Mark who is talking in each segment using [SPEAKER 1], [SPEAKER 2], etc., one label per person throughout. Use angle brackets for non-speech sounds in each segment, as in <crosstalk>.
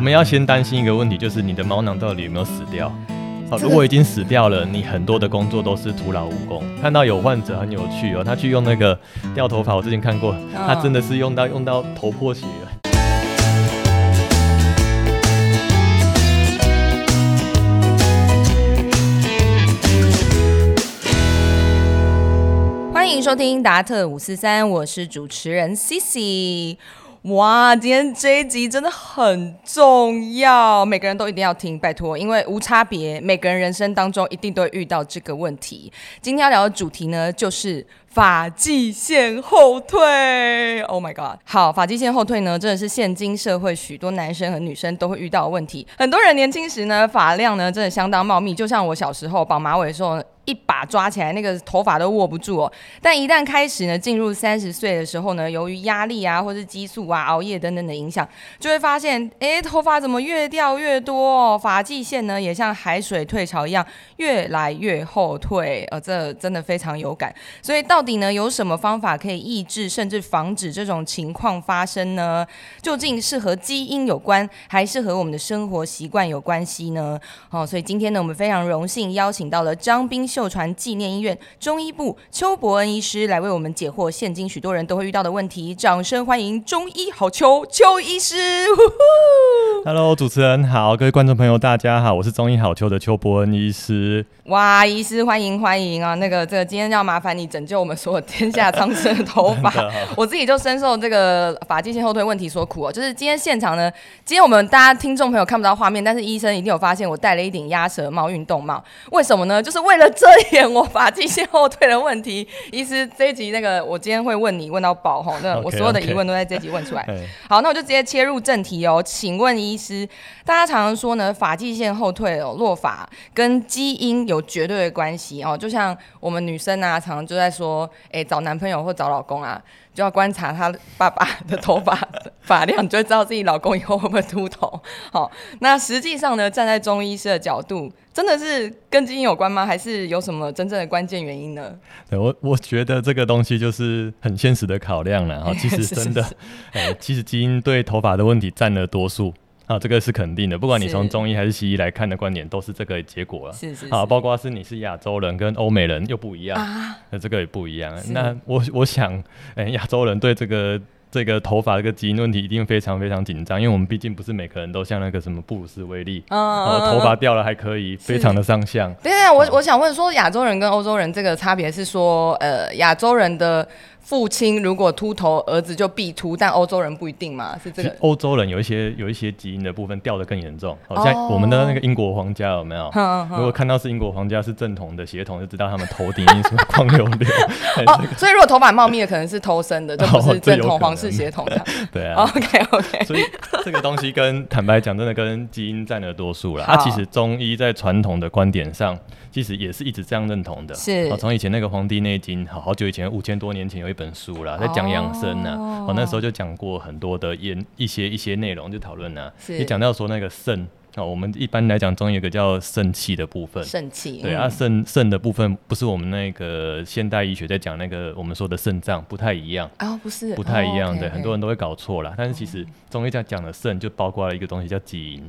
[SPEAKER 1] 们要先担心一个问题，就是你的猫囊到底有没有死掉？好，如果已经死掉了，你很多的工作都是徒劳无功。看到有患者很有趣哦，他去用那个掉头发，我之前看过，他真的是用到用到头破血了。
[SPEAKER 2] 嗯欢迎收听达特五四三，我是主持人 Cici。哇，今天这一集真的很重要，每个人都一定要听，拜托，因为无差别，每个人人生当中一定都会遇到这个问题。今天要聊的主题呢，就是法纪线后退。Oh my god！好，法纪线后退呢，真的是现今社会许多男生和女生都会遇到的问题。很多人年轻时呢，发量呢真的相当茂密，就像我小时候绑马尾的时候。一把抓起来，那个头发都握不住哦。但一旦开始呢，进入三十岁的时候呢，由于压力啊，或是激素啊、熬夜等等的影响，就会发现，诶，头发怎么越掉越多哦？发际线呢，也像海水退潮一样，越来越后退。呃，这真的非常有感。所以，到底呢，有什么方法可以抑制甚至防止这种情况发生呢？究竟是和基因有关，还是和我们的生活习惯有关系呢？哦，所以今天呢，我们非常荣幸邀请到了张斌。秀传纪念医院中医部邱伯恩医师来为我们解惑现今许多人都会遇到的问题，掌声欢迎中医好邱邱医师。呼呼
[SPEAKER 1] Hello，主持人好，各位观众朋友大家好，我是中医好秋的邱伯恩医师。
[SPEAKER 2] 哇，医师欢迎欢迎啊！那个这个今天要麻烦你拯救我们所有天下苍生的头发
[SPEAKER 1] 真的哦，
[SPEAKER 2] <laughs> 我自己就深受这个发际线后退问题所苦哦。就是今天现场呢，今天我们大家听众朋友看不到画面，但是医生一定有发现我戴了一顶鸭舌帽运动帽，为什么呢？就是为了遮掩我发际线后退的问题。医师这一集那个我今天会问你问到饱吼，那
[SPEAKER 1] OK，
[SPEAKER 2] 我所有的
[SPEAKER 1] OK
[SPEAKER 2] 疑问都在这一集问出来。
[SPEAKER 1] 哎，
[SPEAKER 2] 好，那我就直接切入正题哦。请问医师，大家常常说呢，发际线后退哦，落发跟基因有绝对的关系哦。就像我们女生啊，常常就在说，哎、找男朋友或找老公啊，就要观察他爸爸的头发 <laughs> 发量，你就会知道自己老公以后会不会秃头。好、那实际上呢，站在中医师的角度，真的是跟基因有关吗？还是有什么真正的关键原因呢？
[SPEAKER 1] 对我我觉得这个东西就是很现实的考量
[SPEAKER 2] <laughs>
[SPEAKER 1] 了哈。其实
[SPEAKER 2] 是是
[SPEAKER 1] 真的，哎，其实基因对头发的问题占了多数啊，这个是肯定的。不管你
[SPEAKER 2] 是
[SPEAKER 1] 从中医还是西医来看的观点，都是这个结果了。
[SPEAKER 2] 是是是啊
[SPEAKER 1] 啊，包括是你是亚洲人跟欧美人又不一样，那、这个也不一样。那我我想，哎、亚洲人对这个这个头发这个基因问题一定非常非常紧张，因为我们毕竟不是每个人都像那个什么布鲁斯威利，
[SPEAKER 2] 嗯嗯
[SPEAKER 1] 然后头发掉了还可以，非常的上相。
[SPEAKER 2] 对对，我我想问说，亚洲人跟欧洲人这个差别是说，呃，亚洲人的父亲如果秃头，儿子就必秃，但欧洲人不一定嘛，是这
[SPEAKER 1] 其
[SPEAKER 2] 个
[SPEAKER 1] 实。欧洲人有一些有一些基因的部分掉得更严重，好、
[SPEAKER 2] 哦
[SPEAKER 1] 像我们的那个英国皇家有没有？
[SPEAKER 2] 哼
[SPEAKER 1] 如果看到是英国皇家是正统的血统，就知道他们头顶一定是 <laughs> 光溜溜。哎
[SPEAKER 2] 哦，所以如果头发茂密的，可能是偷生的，就不
[SPEAKER 1] <laughs>
[SPEAKER 2] 是
[SPEAKER 1] 哦这有
[SPEAKER 2] 正统
[SPEAKER 1] 可能
[SPEAKER 2] 皇室血统
[SPEAKER 1] <laughs>
[SPEAKER 2] 的。
[SPEAKER 1] 对啊，
[SPEAKER 2] OK
[SPEAKER 1] <laughs>
[SPEAKER 2] OK，
[SPEAKER 1] 所以这个东西跟坦白讲，真的跟基因占了多数了。
[SPEAKER 2] 好
[SPEAKER 1] 啊，其实中医在传统的观点上，其实也是一直这样认同的。
[SPEAKER 2] 是
[SPEAKER 1] 啊，从以前那个《黄帝内经》，好好久以前，五千多年前有一本书啦，在讲养生呢、
[SPEAKER 2] 哦
[SPEAKER 1] 哦、那时候就讲过很多的研一些一些内容，就讨论呢，
[SPEAKER 2] 是
[SPEAKER 1] 也讲到说那个肾。哦，我们一般来讲，中医有个叫肾气的部分，
[SPEAKER 2] 肾气。
[SPEAKER 1] 对
[SPEAKER 2] 嗯
[SPEAKER 1] 啊，肾肾的部分不是我们那个现代医学在讲那个我们说的肾脏不太一样，
[SPEAKER 2] 啊，不是，哦
[SPEAKER 1] 不太一样，对，
[SPEAKER 2] 的，
[SPEAKER 1] 很多
[SPEAKER 2] 人
[SPEAKER 1] 人都会搞错啦。但是其实中医在讲的肾就包括了一个东西叫基因，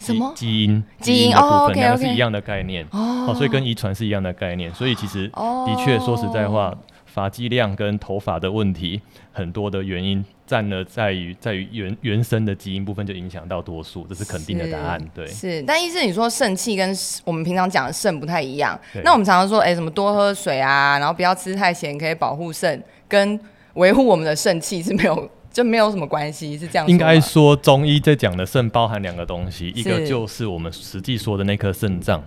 [SPEAKER 2] 什么
[SPEAKER 1] 基基因？
[SPEAKER 2] 基因
[SPEAKER 1] 的部分，
[SPEAKER 2] 哦，OK，
[SPEAKER 1] 两个是
[SPEAKER 2] OK
[SPEAKER 1] 一样的概念哦，所以跟遗传是一样的概念。所以其实
[SPEAKER 2] 哦
[SPEAKER 1] 的确说实在话，发际量跟头发的问题，很多的原因占了在于在于原原生的基因部分就影响到多数，这是肯定的答案。对，
[SPEAKER 2] 是，但医生你说肾气跟我们平常讲的肾不太一样
[SPEAKER 1] 对。
[SPEAKER 2] 那我们常常说，哎、什么多喝水啊，然后不要吃太咸，可以保护肾，跟维护我们的肾气是没有就没有什么关系，是这样说吗
[SPEAKER 1] 应该说，中医在讲的肾包含两个东西，
[SPEAKER 2] 是
[SPEAKER 1] 一个就是我们实际说的那颗肾脏。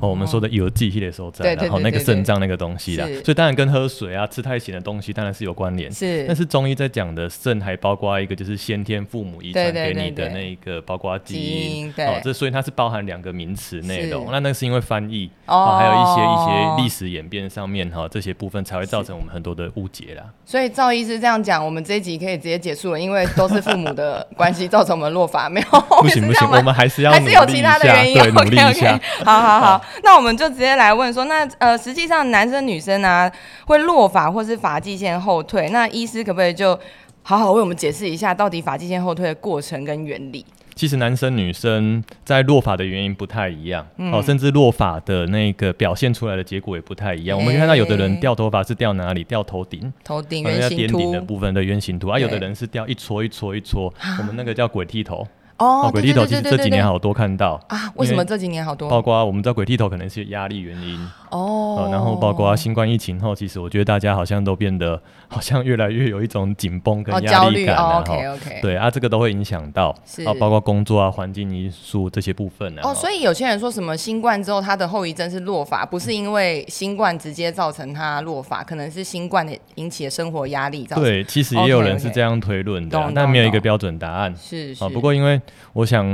[SPEAKER 1] 哦，我们说的有机系列收
[SPEAKER 2] 对
[SPEAKER 1] 在，
[SPEAKER 2] 对
[SPEAKER 1] 然后
[SPEAKER 2] 对
[SPEAKER 1] 那个
[SPEAKER 2] 对对
[SPEAKER 1] 肾脏那个东西啦
[SPEAKER 2] 是，
[SPEAKER 1] 所以当然跟喝水啊、吃太咸的东西当然是有关联。
[SPEAKER 2] 是
[SPEAKER 1] 但是中医在讲的肾还包括一个就是先天父母遗传
[SPEAKER 2] 对对
[SPEAKER 1] 给你
[SPEAKER 2] 对
[SPEAKER 1] 的
[SPEAKER 2] 对
[SPEAKER 1] 那一个，包括基
[SPEAKER 2] 基因
[SPEAKER 1] 因。
[SPEAKER 2] 对
[SPEAKER 1] 哦，这所以它是包含两个名词内容。
[SPEAKER 2] 是
[SPEAKER 1] 那那是因为翻译，
[SPEAKER 2] 哦
[SPEAKER 1] 还有一些一些历史演变上面哈、这些部分才会造成我们很多的误解啦。
[SPEAKER 2] 所以赵医师这样讲，我们这一集可以直接结束了，因为都是父母的关系造成我们落法，没有
[SPEAKER 1] 不行
[SPEAKER 2] 哦是
[SPEAKER 1] 不
[SPEAKER 2] 这
[SPEAKER 1] 行，
[SPEAKER 2] 样吗
[SPEAKER 1] 我们还是要
[SPEAKER 2] 还
[SPEAKER 1] 努
[SPEAKER 2] 是
[SPEAKER 1] 力
[SPEAKER 2] 有
[SPEAKER 1] 一
[SPEAKER 2] 其他
[SPEAKER 1] 下，
[SPEAKER 2] 的原因。
[SPEAKER 1] 对，努力
[SPEAKER 2] OK
[SPEAKER 1] 一
[SPEAKER 2] OK，
[SPEAKER 1] 下。
[SPEAKER 2] <laughs> 好好好，那我们就直接来问说，那呃，实际上男生女生啊会落发或是发际线后退，那医师可不可以就好好为我们解释一下，到底发际线后退的过程跟原理？
[SPEAKER 1] 其实男生女生在落发的原因不太一样，
[SPEAKER 2] 嗯
[SPEAKER 1] 哦，甚至落发的那个表现出来的结果也不太一样。我们看到有的人掉头发是掉哪里？掉头顶，
[SPEAKER 2] 头顶
[SPEAKER 1] 可能
[SPEAKER 2] 圆
[SPEAKER 1] 要
[SPEAKER 2] 形
[SPEAKER 1] 点顶的
[SPEAKER 2] 秃
[SPEAKER 1] 部分的圆形图啊，有的
[SPEAKER 2] 对啊
[SPEAKER 1] 人是掉一撮一撮一撮，我们那个叫鬼剃头。
[SPEAKER 2] 哦
[SPEAKER 1] 鬼剃
[SPEAKER 2] 对对
[SPEAKER 1] 头其
[SPEAKER 2] 对对
[SPEAKER 1] 实
[SPEAKER 2] 对
[SPEAKER 1] 这几
[SPEAKER 2] 对
[SPEAKER 1] 年
[SPEAKER 2] 对
[SPEAKER 1] 好多看到，
[SPEAKER 2] 啊，为什么这几年好
[SPEAKER 1] 包
[SPEAKER 2] 多？
[SPEAKER 1] 括我们知道鬼剃头可能是压力原因，
[SPEAKER 2] 哦
[SPEAKER 1] 呃，，然后包括新冠疫情后，其实我觉得大家好像都变得好像越来越有一种紧绷跟
[SPEAKER 2] 哦
[SPEAKER 1] 压
[SPEAKER 2] 焦
[SPEAKER 1] 力
[SPEAKER 2] 虑
[SPEAKER 1] 感
[SPEAKER 2] 哦
[SPEAKER 1] 啊，
[SPEAKER 2] ，OK
[SPEAKER 1] 哈。
[SPEAKER 2] OK，
[SPEAKER 1] 对啊，这个都会影响到
[SPEAKER 2] 是
[SPEAKER 1] 啊，包括工作啊、环境因素这些部分啊。
[SPEAKER 2] 哦，所
[SPEAKER 1] 以
[SPEAKER 2] 以有些人说什么新冠之后他的后遗症是落发，不是因为新冠直接造成他落发，可能是新冠的引起的生活压力造成。，
[SPEAKER 1] 对，其实也
[SPEAKER 2] OK，
[SPEAKER 1] 有人
[SPEAKER 2] OK
[SPEAKER 1] 是这样推论的啊
[SPEAKER 2] 懂，
[SPEAKER 1] 但
[SPEAKER 2] 懂
[SPEAKER 1] 没有一个
[SPEAKER 2] 哦懂
[SPEAKER 1] 标准答案。
[SPEAKER 2] 是是。
[SPEAKER 1] 啊，不过因为我想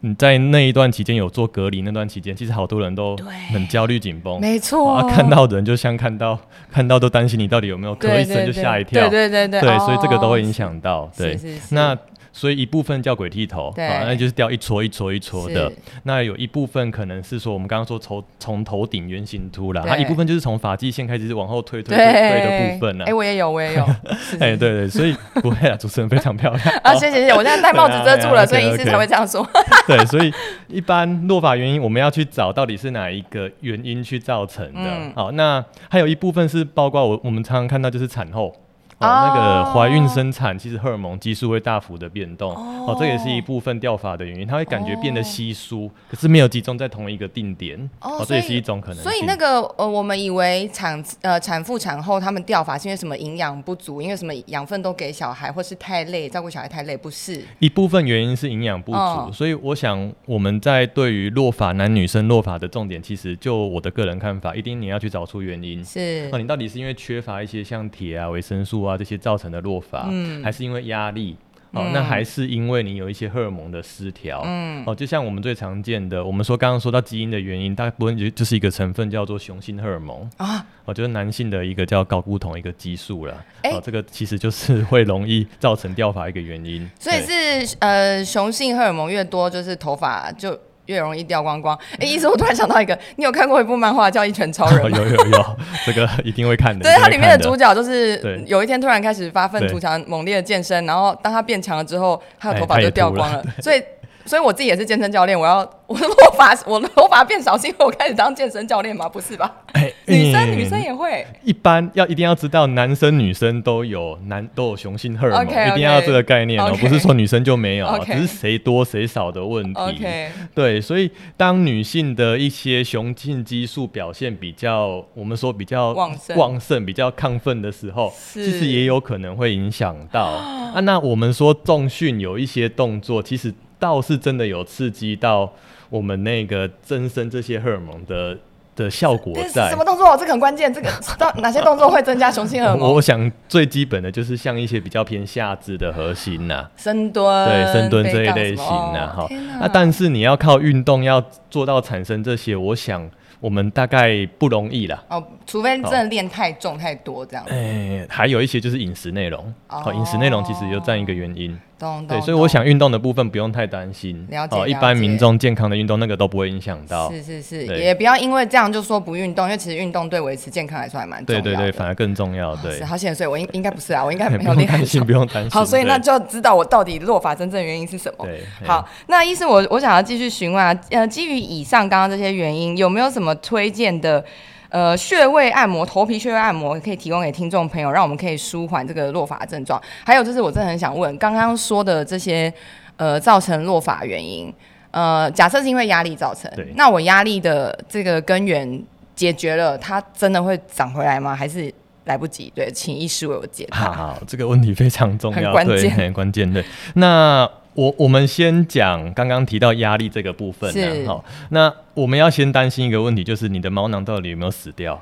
[SPEAKER 1] 你在那一段期间有做隔离，那段期间其实好多人都很焦虑紧绷，
[SPEAKER 2] 没错，
[SPEAKER 1] 啊，看到人就像看到看到都担心你到底有没有咳
[SPEAKER 2] 对
[SPEAKER 1] 一声
[SPEAKER 2] 对
[SPEAKER 1] 就
[SPEAKER 2] 对
[SPEAKER 1] 吓一跳，
[SPEAKER 2] 对对对
[SPEAKER 1] 对所以这个都会影
[SPEAKER 2] 响。
[SPEAKER 1] 响到，
[SPEAKER 2] 是
[SPEAKER 1] 对，
[SPEAKER 2] 是是
[SPEAKER 1] 那。所以一部分叫鬼剃头，
[SPEAKER 2] 对
[SPEAKER 1] 啊，那就是掉一撮一撮一撮的
[SPEAKER 2] 是。
[SPEAKER 1] 那有一部分可能是说我们刚刚说从从头顶圆形秃啦，
[SPEAKER 2] 对
[SPEAKER 1] 它一部分就是从发际线开始往后推推
[SPEAKER 2] 对
[SPEAKER 1] 推推的部分呢、啊
[SPEAKER 2] 哎、我也有，
[SPEAKER 1] <laughs>
[SPEAKER 2] 我也有。是
[SPEAKER 1] 哎、，对对，
[SPEAKER 2] <laughs>
[SPEAKER 1] 所以不会啊啦，主持人非常漂亮。哦
[SPEAKER 2] 啊，谢谢谢谢，我现在戴帽子遮住
[SPEAKER 1] 对
[SPEAKER 2] 了，
[SPEAKER 1] <laughs>
[SPEAKER 2] 所
[SPEAKER 1] 啊
[SPEAKER 2] 以医师
[SPEAKER 1] OK，OK
[SPEAKER 2] 才会这样说。
[SPEAKER 1] 对，所以一般落法原因，我们要去找到底是哪一个原因去造成的。
[SPEAKER 2] 嗯
[SPEAKER 1] 好，那还有一部分是包括我我们常常看到就是产后。哦，
[SPEAKER 2] 哦
[SPEAKER 1] 那个怀孕生产，其实荷尔蒙激素会大幅的变动，哦这也是一部分掉发的原因，它会感觉变得稀疏，可是没有集中在同一个定点，
[SPEAKER 2] 哦
[SPEAKER 1] 这也
[SPEAKER 2] 所以
[SPEAKER 1] 是一种可能性。
[SPEAKER 2] 所以那个呃，我们以为产呃产妇产后她们掉发是因为什么营养不足，因为什么养分都给小孩，或是太累，照顾小孩太累，不是？
[SPEAKER 1] 一部分原因是营养不足，
[SPEAKER 2] 哦
[SPEAKER 1] 所以我想我们在对于落发男女生落发的重点，其实就我的个人看法，一定你要去找出原因。
[SPEAKER 2] 是
[SPEAKER 1] 哦，你到底是因为缺乏一些像铁啊、维生素啊这些造成的落发，
[SPEAKER 2] 嗯
[SPEAKER 1] 还是因为压力？哦，那还是因为你有一些荷尔蒙的失调，嗯，哦，就像我们最常见的，我们说刚刚说到基因的原因，大部分就就是一个成分叫做雄性荷尔蒙
[SPEAKER 2] 啊，
[SPEAKER 1] 哦，就是男性的一个叫睾固酮一个激素啦，
[SPEAKER 2] 哎
[SPEAKER 1] 哦，这个其实就是会容易造成掉发一个原因，
[SPEAKER 2] 所以
[SPEAKER 1] 对
[SPEAKER 2] 是呃，雄性荷尔蒙越多，就是头发就越容易掉光光。哎、医生，我突然想到一个，你有看过一部漫画叫《一拳超人》
[SPEAKER 1] 哦 <laughs>
[SPEAKER 2] 吗？
[SPEAKER 1] 有有有，这个一定会看的，
[SPEAKER 2] 对，
[SPEAKER 1] 一定
[SPEAKER 2] 它
[SPEAKER 1] 会
[SPEAKER 2] 里面的
[SPEAKER 1] 看
[SPEAKER 2] 主角就是
[SPEAKER 1] 对
[SPEAKER 2] 有一天突然开始发愤
[SPEAKER 1] 对
[SPEAKER 2] 图强，猛烈的健身，然后当他变强了之后，他的头发
[SPEAKER 1] 哎他
[SPEAKER 2] 就
[SPEAKER 1] 也
[SPEAKER 2] 掉
[SPEAKER 1] 秃
[SPEAKER 2] 光了。所以，所以我自己也是健身教练，我要 <laughs> 我的头发我的头发变少是因为我开始当健身教练吗？不是吧？
[SPEAKER 1] 哎
[SPEAKER 2] 女生
[SPEAKER 1] 嗯
[SPEAKER 2] 女生也会
[SPEAKER 1] 一般要一定要知道，男生女生都有男都有雄性荷尔蒙
[SPEAKER 2] OK，OK
[SPEAKER 1] 一定要有这个概念哦
[SPEAKER 2] OK
[SPEAKER 1] 不是说女生就没有哦
[SPEAKER 2] OK
[SPEAKER 1] 只是谁多谁少的问题。
[SPEAKER 2] ，OK，
[SPEAKER 1] 对，所以当女性的一些雄性激素表现比较，我们说比较
[SPEAKER 2] 旺盛
[SPEAKER 1] 旺盛比较亢奋的时候，
[SPEAKER 2] 是
[SPEAKER 1] 其实也有可能会影响到啊。那我们说重训有一些动作，其实倒是真的有刺激到我们那个增生这些荷尔蒙的的效果
[SPEAKER 2] 这是
[SPEAKER 1] 在
[SPEAKER 2] 什。么动作？这个很关键，这个 <laughs> 到哪些动作会增加雄性荷尔
[SPEAKER 1] 我
[SPEAKER 2] 蒙
[SPEAKER 1] 我？想最基本的就是像一些比较偏下肢的核心啊呐、
[SPEAKER 2] 深蹲，
[SPEAKER 1] 对深蹲这
[SPEAKER 2] 背
[SPEAKER 1] 一
[SPEAKER 2] 杠
[SPEAKER 1] 类
[SPEAKER 2] 什么
[SPEAKER 1] 型呐、
[SPEAKER 2] 哦
[SPEAKER 1] 哈、
[SPEAKER 2] 天哪
[SPEAKER 1] 那但是你要靠运动要做到产生这些，我想我们大概不容易啦。
[SPEAKER 2] 哦，除非真的练太重太多这样，
[SPEAKER 1] 哎、还有一些就是饮食内容，好、饮食内容其实又占一个原因。
[SPEAKER 2] 哦懂懂。
[SPEAKER 1] 对，
[SPEAKER 2] 懂
[SPEAKER 1] 所以我想运动的部分不用太担心。
[SPEAKER 2] 了解
[SPEAKER 1] 哦一
[SPEAKER 2] 了
[SPEAKER 1] 般
[SPEAKER 2] 解
[SPEAKER 1] 民众健康的运动那个都不会影响到。
[SPEAKER 2] 是是是，
[SPEAKER 1] 对
[SPEAKER 2] 也不要因为这样就说不运动，因为其实运动对维持健康来说还蛮重
[SPEAKER 1] 对
[SPEAKER 2] 要的。
[SPEAKER 1] 对对，反而更重要。对
[SPEAKER 2] 是，好险，所以我应应该不是啊，
[SPEAKER 1] <laughs>
[SPEAKER 2] 我应该
[SPEAKER 1] 不
[SPEAKER 2] 没有
[SPEAKER 1] 用
[SPEAKER 2] 练
[SPEAKER 1] 担
[SPEAKER 2] 很
[SPEAKER 1] 心，
[SPEAKER 2] 重。
[SPEAKER 1] 不用担心。
[SPEAKER 2] <laughs> 好，所以
[SPEAKER 1] 对
[SPEAKER 2] 那就知道我到底落法真正原因是什么。
[SPEAKER 1] 对
[SPEAKER 2] 好，那医生，我我想要继续询问啊，呃，基于以上刚刚这些原因，有没有什么推荐的呃穴位按摩、头皮穴位按摩可以提供给听众朋友，让我们可以舒缓这个落发症状？还有就是，我真的很想问，刚刚说的这些呃造成落发原因，呃，假设是因为压力造成
[SPEAKER 1] 对，
[SPEAKER 2] 那我压力的这个根源解决了，它真的会长回来吗？还是来不及？对，请医师为我解
[SPEAKER 1] <laughs>
[SPEAKER 2] 答。
[SPEAKER 1] 好，这个问题非常重
[SPEAKER 2] <laughs> 很
[SPEAKER 1] 要，
[SPEAKER 2] 关
[SPEAKER 1] 对， <laughs>
[SPEAKER 2] 键
[SPEAKER 1] 很关键。对，那我我们先讲刚刚提到压力这个部分
[SPEAKER 2] 是
[SPEAKER 1] 啊，好，那我们要先担心一个问题，就是你的毛囊到底有没有死掉？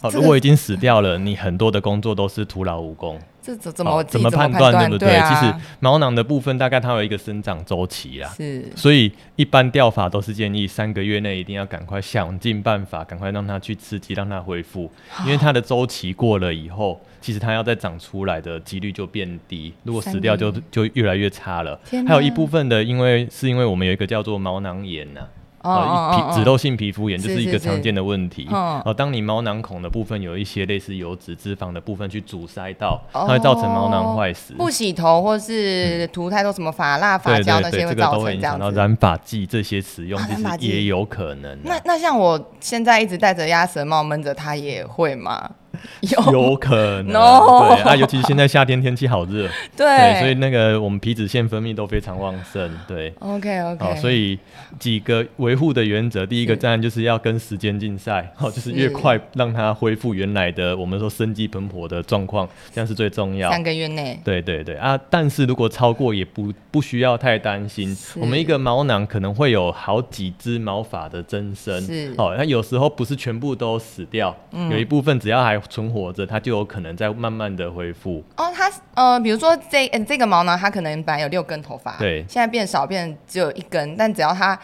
[SPEAKER 1] 好，
[SPEAKER 2] 这
[SPEAKER 1] 如
[SPEAKER 2] 个
[SPEAKER 1] 果已经死掉了，你很多的工作都是徒劳无功。
[SPEAKER 2] 这怎怎
[SPEAKER 1] 怎
[SPEAKER 2] 么我自
[SPEAKER 1] 怎
[SPEAKER 2] 己
[SPEAKER 1] 么
[SPEAKER 2] 判
[SPEAKER 1] 断，
[SPEAKER 2] 断？
[SPEAKER 1] 对不
[SPEAKER 2] 对
[SPEAKER 1] 其实
[SPEAKER 2] 啊，
[SPEAKER 1] 毛囊的部分大概它有一个生长周期啊啦，
[SPEAKER 2] 是
[SPEAKER 1] 所以一般掉发都是建议三个月内一定要赶快想尽办法，赶快让它去刺激，让它恢复，
[SPEAKER 2] 哦
[SPEAKER 1] 因为它的周期过了以后，其实它要再长出来的几率就变低，如果死掉就就越来越差了
[SPEAKER 2] 天。哪
[SPEAKER 1] 还有一部分的，因为是因为我们有一个叫做毛囊炎呐、啊，
[SPEAKER 2] 哦哦哦
[SPEAKER 1] 皮脂漏性皮肤炎
[SPEAKER 2] 是
[SPEAKER 1] 就是一个
[SPEAKER 2] 是是
[SPEAKER 1] 常见的问题。
[SPEAKER 2] 嗯
[SPEAKER 1] 哦，当你毛囊孔的部分有一些类似油脂、脂肪的部分去阻塞到，它会造成毛囊坏死。
[SPEAKER 2] 哦不洗头或是涂太多什么发蜡、发
[SPEAKER 1] 对
[SPEAKER 2] 胶
[SPEAKER 1] 对
[SPEAKER 2] 那
[SPEAKER 1] 对，
[SPEAKER 2] 些
[SPEAKER 1] 这
[SPEAKER 2] 会
[SPEAKER 1] 个
[SPEAKER 2] 造
[SPEAKER 1] 都会
[SPEAKER 2] 成
[SPEAKER 1] 影
[SPEAKER 2] 这
[SPEAKER 1] 响
[SPEAKER 2] 样
[SPEAKER 1] 到
[SPEAKER 2] 子。
[SPEAKER 1] 染发剂这些使用，
[SPEAKER 2] 啊
[SPEAKER 1] 其
[SPEAKER 2] 染
[SPEAKER 1] 实
[SPEAKER 2] 发剂
[SPEAKER 1] 也有可能啊、
[SPEAKER 2] 那那像我现在一直戴着鸭舌帽闷着它也会
[SPEAKER 1] <laughs>
[SPEAKER 2] 吗？有
[SPEAKER 1] 有可能
[SPEAKER 2] <laughs> No
[SPEAKER 1] 对啊，尤其是现在夏天天气好热，对，
[SPEAKER 2] <laughs> 对，
[SPEAKER 1] 所以那个我们皮脂腺分泌都非常旺盛，对。
[SPEAKER 2] OK <laughs> OK，、
[SPEAKER 1] 好、哦所以几个维护的原则，第一个
[SPEAKER 2] 是
[SPEAKER 1] 当然就是要跟时间竞赛，好、就是越
[SPEAKER 2] 是
[SPEAKER 1] 快让它恢复原来的我们说生机蓬勃的状况，这样是最重要。
[SPEAKER 2] 三个月内
[SPEAKER 1] 对对对啊，但是如果超过也不不需要太担心。我们一个毛囊可能会有好几只毛发的增生
[SPEAKER 2] 是，嗯
[SPEAKER 1] 哦，它有时候不是全部都死掉，有一部分只要还存活着，它就有可能在慢慢的恢复。
[SPEAKER 2] 哦，它呃，比如说这、呃这个毛呢，它可能本来有六根头发，
[SPEAKER 1] 对
[SPEAKER 2] 现在变少，变只有一根，但只要它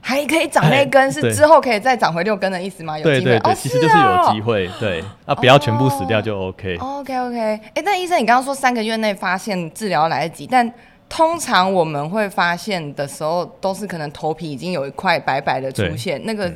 [SPEAKER 2] 还可以长那一
[SPEAKER 1] 哎
[SPEAKER 2] 根，是
[SPEAKER 1] 对
[SPEAKER 2] 之后可以再长回六根的意思吗？有
[SPEAKER 1] 对
[SPEAKER 2] 机会
[SPEAKER 1] 对对，
[SPEAKER 2] 哦，
[SPEAKER 1] 其实就是有机
[SPEAKER 2] 会。
[SPEAKER 1] 会，对啊，不要全部死掉就 OK。
[SPEAKER 2] OK OK，哎、但医生，你刚刚说三个月内发现治疗来得及，但通常我们会发现的时候，都是可能头皮已经有一块白白的出
[SPEAKER 1] 对嗯
[SPEAKER 2] 现，那个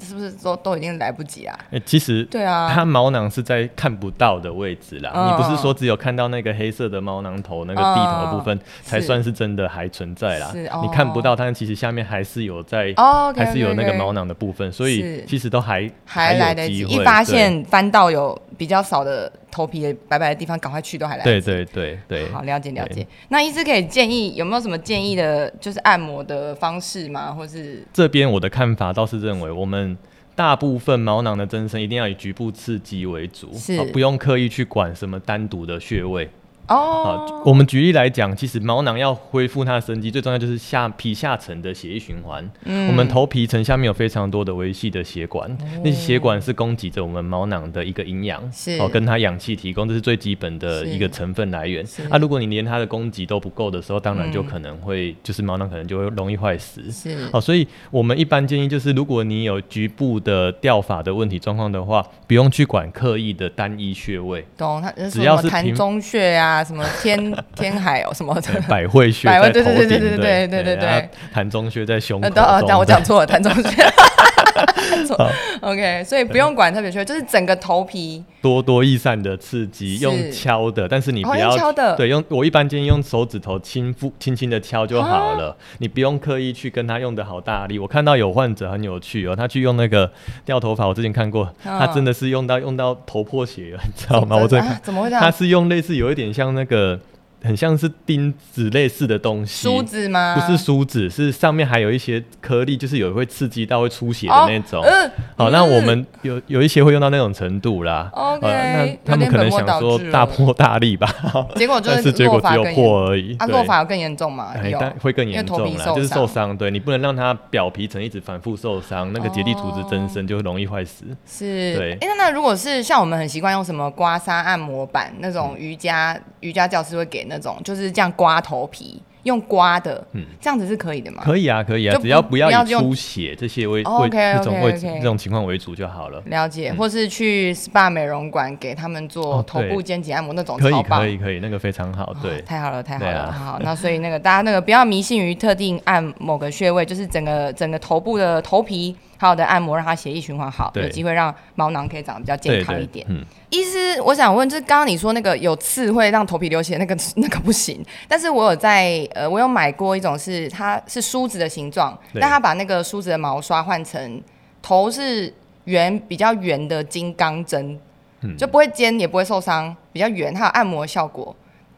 [SPEAKER 2] 是不是都都已经来不及啊？
[SPEAKER 1] 欸、其实
[SPEAKER 2] 对啊
[SPEAKER 1] 它毛囊是在看不到的位置啦。
[SPEAKER 2] 嗯
[SPEAKER 1] 你不是说只有看到那个黑色的毛囊头那个地头的部分、才算是真的还存在啦
[SPEAKER 2] 嗯是哦？
[SPEAKER 1] 你看不到，但其实下面还是有在，
[SPEAKER 2] 哦，OK，OK，OK
[SPEAKER 1] 还是有那个毛囊的部分，所以
[SPEAKER 2] 是
[SPEAKER 1] 其实都还
[SPEAKER 2] 还来得
[SPEAKER 1] 有
[SPEAKER 2] 及，
[SPEAKER 1] 机会。
[SPEAKER 2] 一发现翻到有比较少的头皮白白的地方，赶快去都还来得及。
[SPEAKER 1] 对，对对对
[SPEAKER 2] 好，
[SPEAKER 1] 对。
[SPEAKER 2] 了解了
[SPEAKER 1] 对
[SPEAKER 2] 解。那医师可以建议有没有什么建议的，就是按摩的方式吗？或是
[SPEAKER 1] 这边我的看法倒是认为我们。大部分毛囊的增生一定要以局部刺激为主，
[SPEAKER 2] 是
[SPEAKER 1] 不用刻意去管什么单独的穴位。啊，
[SPEAKER 2] 哦，
[SPEAKER 1] 我们举例来讲，其实毛囊要恢复它的生机，最重要就是下皮下层的血液循环。
[SPEAKER 2] 嗯
[SPEAKER 1] 我们头皮层下面有非常多的微细的血
[SPEAKER 2] 哦
[SPEAKER 1] 管，那些血管是供给着我们毛囊的一个营养，
[SPEAKER 2] 是
[SPEAKER 1] 哦，跟它氧气提供，这是最基本的
[SPEAKER 2] 是
[SPEAKER 1] 一个成分来源
[SPEAKER 2] 是。
[SPEAKER 1] 那、如果你连它的供给都不够的时候，当然就可能会、就是毛囊可能就会容易坏死。
[SPEAKER 2] 嗯是
[SPEAKER 1] 好、所以我们一般建议就是，如果你有局部的掉发的问题状况的话，不用去管刻意的单一穴位。
[SPEAKER 2] 懂他什
[SPEAKER 1] 要
[SPEAKER 2] 么
[SPEAKER 1] 是
[SPEAKER 2] 檀
[SPEAKER 1] 平
[SPEAKER 2] 中穴啊，什么天天海哦，什么的
[SPEAKER 1] 对。百会穴
[SPEAKER 2] 百
[SPEAKER 1] 在
[SPEAKER 2] 会
[SPEAKER 1] 头
[SPEAKER 2] 对
[SPEAKER 1] 顶，
[SPEAKER 2] 对对对对对对对对
[SPEAKER 1] 然后檀中穴在胸口
[SPEAKER 2] <laughs> 呃，
[SPEAKER 1] 中。
[SPEAKER 2] 等呃等，我讲
[SPEAKER 1] 对
[SPEAKER 2] 错了，檀中
[SPEAKER 1] <laughs>
[SPEAKER 2] 穴。 <laughs> 错 OK，所以不用管特别穴，就是整个头皮
[SPEAKER 1] 多多益善的刺激，
[SPEAKER 2] 是
[SPEAKER 1] 用敲的，但是你不
[SPEAKER 2] 哦
[SPEAKER 1] 要、
[SPEAKER 2] 用敲的
[SPEAKER 1] 对，用我一般建议用手指头轻抚轻轻的敲就好了，你不用刻意去跟他用的好大力。我看到有患者很有趣哦，他去用那个掉头发，我之前看过，
[SPEAKER 2] 嗯
[SPEAKER 1] 他真的是用到用到头破血了，你知道吗？我
[SPEAKER 2] 怎
[SPEAKER 1] 在
[SPEAKER 2] 么
[SPEAKER 1] 看
[SPEAKER 2] 啊，怎么会这
[SPEAKER 1] 他
[SPEAKER 2] 样？
[SPEAKER 1] 是用类似有一点像那个，很像是钉子类似的东西，
[SPEAKER 2] 梳子吗？
[SPEAKER 1] 不是梳子，是上面还有一些颗粒，就是有会刺激到会出血的那种。
[SPEAKER 2] 哦嗯
[SPEAKER 1] 好，那
[SPEAKER 2] 嗯
[SPEAKER 1] 我们有有一些会用到那种程度啦。
[SPEAKER 2] OK，
[SPEAKER 1] 呃那他们
[SPEAKER 2] 有点
[SPEAKER 1] 可能
[SPEAKER 2] 本末
[SPEAKER 1] 想
[SPEAKER 2] 倒
[SPEAKER 1] 说
[SPEAKER 2] 置
[SPEAKER 1] 大
[SPEAKER 2] 了
[SPEAKER 1] 破大立吧，
[SPEAKER 2] 结果就
[SPEAKER 1] 但是结
[SPEAKER 2] 落
[SPEAKER 1] 果
[SPEAKER 2] 发
[SPEAKER 1] 只有
[SPEAKER 2] 更严，
[SPEAKER 1] 破而已。
[SPEAKER 2] 啊，
[SPEAKER 1] 对
[SPEAKER 2] 落发有更严重嘛？
[SPEAKER 1] 哎，
[SPEAKER 2] 有
[SPEAKER 1] 但会更
[SPEAKER 2] 因为
[SPEAKER 1] 严
[SPEAKER 2] 头
[SPEAKER 1] 重
[SPEAKER 2] 皮
[SPEAKER 1] 啦，
[SPEAKER 2] 受
[SPEAKER 1] 就是受
[SPEAKER 2] 伤
[SPEAKER 1] 伤，对你不能让它表皮层一直反复受伤，那个结缔组织增生就容易坏死。
[SPEAKER 2] 是，
[SPEAKER 1] 对
[SPEAKER 2] 哎、那那如果是像我们很习惯用什么刮痧按摩板那
[SPEAKER 1] 嗯
[SPEAKER 2] 种瑜伽、瑜伽教师会给那种，就是这样刮头皮，用刮的，
[SPEAKER 1] 嗯
[SPEAKER 2] 这样子是可以的吗？
[SPEAKER 1] 可以啊，可以啊，
[SPEAKER 2] 就
[SPEAKER 1] 只要
[SPEAKER 2] 不
[SPEAKER 1] 不
[SPEAKER 2] 不要
[SPEAKER 1] 要以
[SPEAKER 2] 用
[SPEAKER 1] 出血这些为
[SPEAKER 2] 哦
[SPEAKER 1] 为这
[SPEAKER 2] OK，OK，
[SPEAKER 1] 种为
[SPEAKER 2] OK
[SPEAKER 1] 这种情况为主就好了。
[SPEAKER 2] 了解，或是去 SPA 美容馆给他们做
[SPEAKER 1] 嗯哦
[SPEAKER 2] 头部
[SPEAKER 1] 对
[SPEAKER 2] 肩颈按摩那种，
[SPEAKER 1] 可以
[SPEAKER 2] 哦超棒
[SPEAKER 1] 可以可以，那个非常好，
[SPEAKER 2] 哦
[SPEAKER 1] 对。
[SPEAKER 2] 太好了，太好
[SPEAKER 1] 对
[SPEAKER 2] 了，
[SPEAKER 1] 啊 <laughs>
[SPEAKER 2] 好，那所以那个大家那个不要迷信于特定按某个穴位，就是整个整个头部的头皮好好的按摩，让它血液循环好，
[SPEAKER 1] 对
[SPEAKER 2] 有机会让毛囊可以长得比较健
[SPEAKER 1] 对
[SPEAKER 2] 康一
[SPEAKER 1] 对
[SPEAKER 2] 点，。
[SPEAKER 1] 嗯，
[SPEAKER 2] 医师，我想问，就是刚刚你说那个有刺会让头皮流血，那个 <laughs> 那个不行。但是我有在呃，我有买过一种是它是梳子的形状，
[SPEAKER 1] 对
[SPEAKER 2] 但它把那个梳子的毛刷换成头是圆比较圆的金刚针，
[SPEAKER 1] 嗯
[SPEAKER 2] 就不会尖也不会受伤，比较圆，它有按摩效果。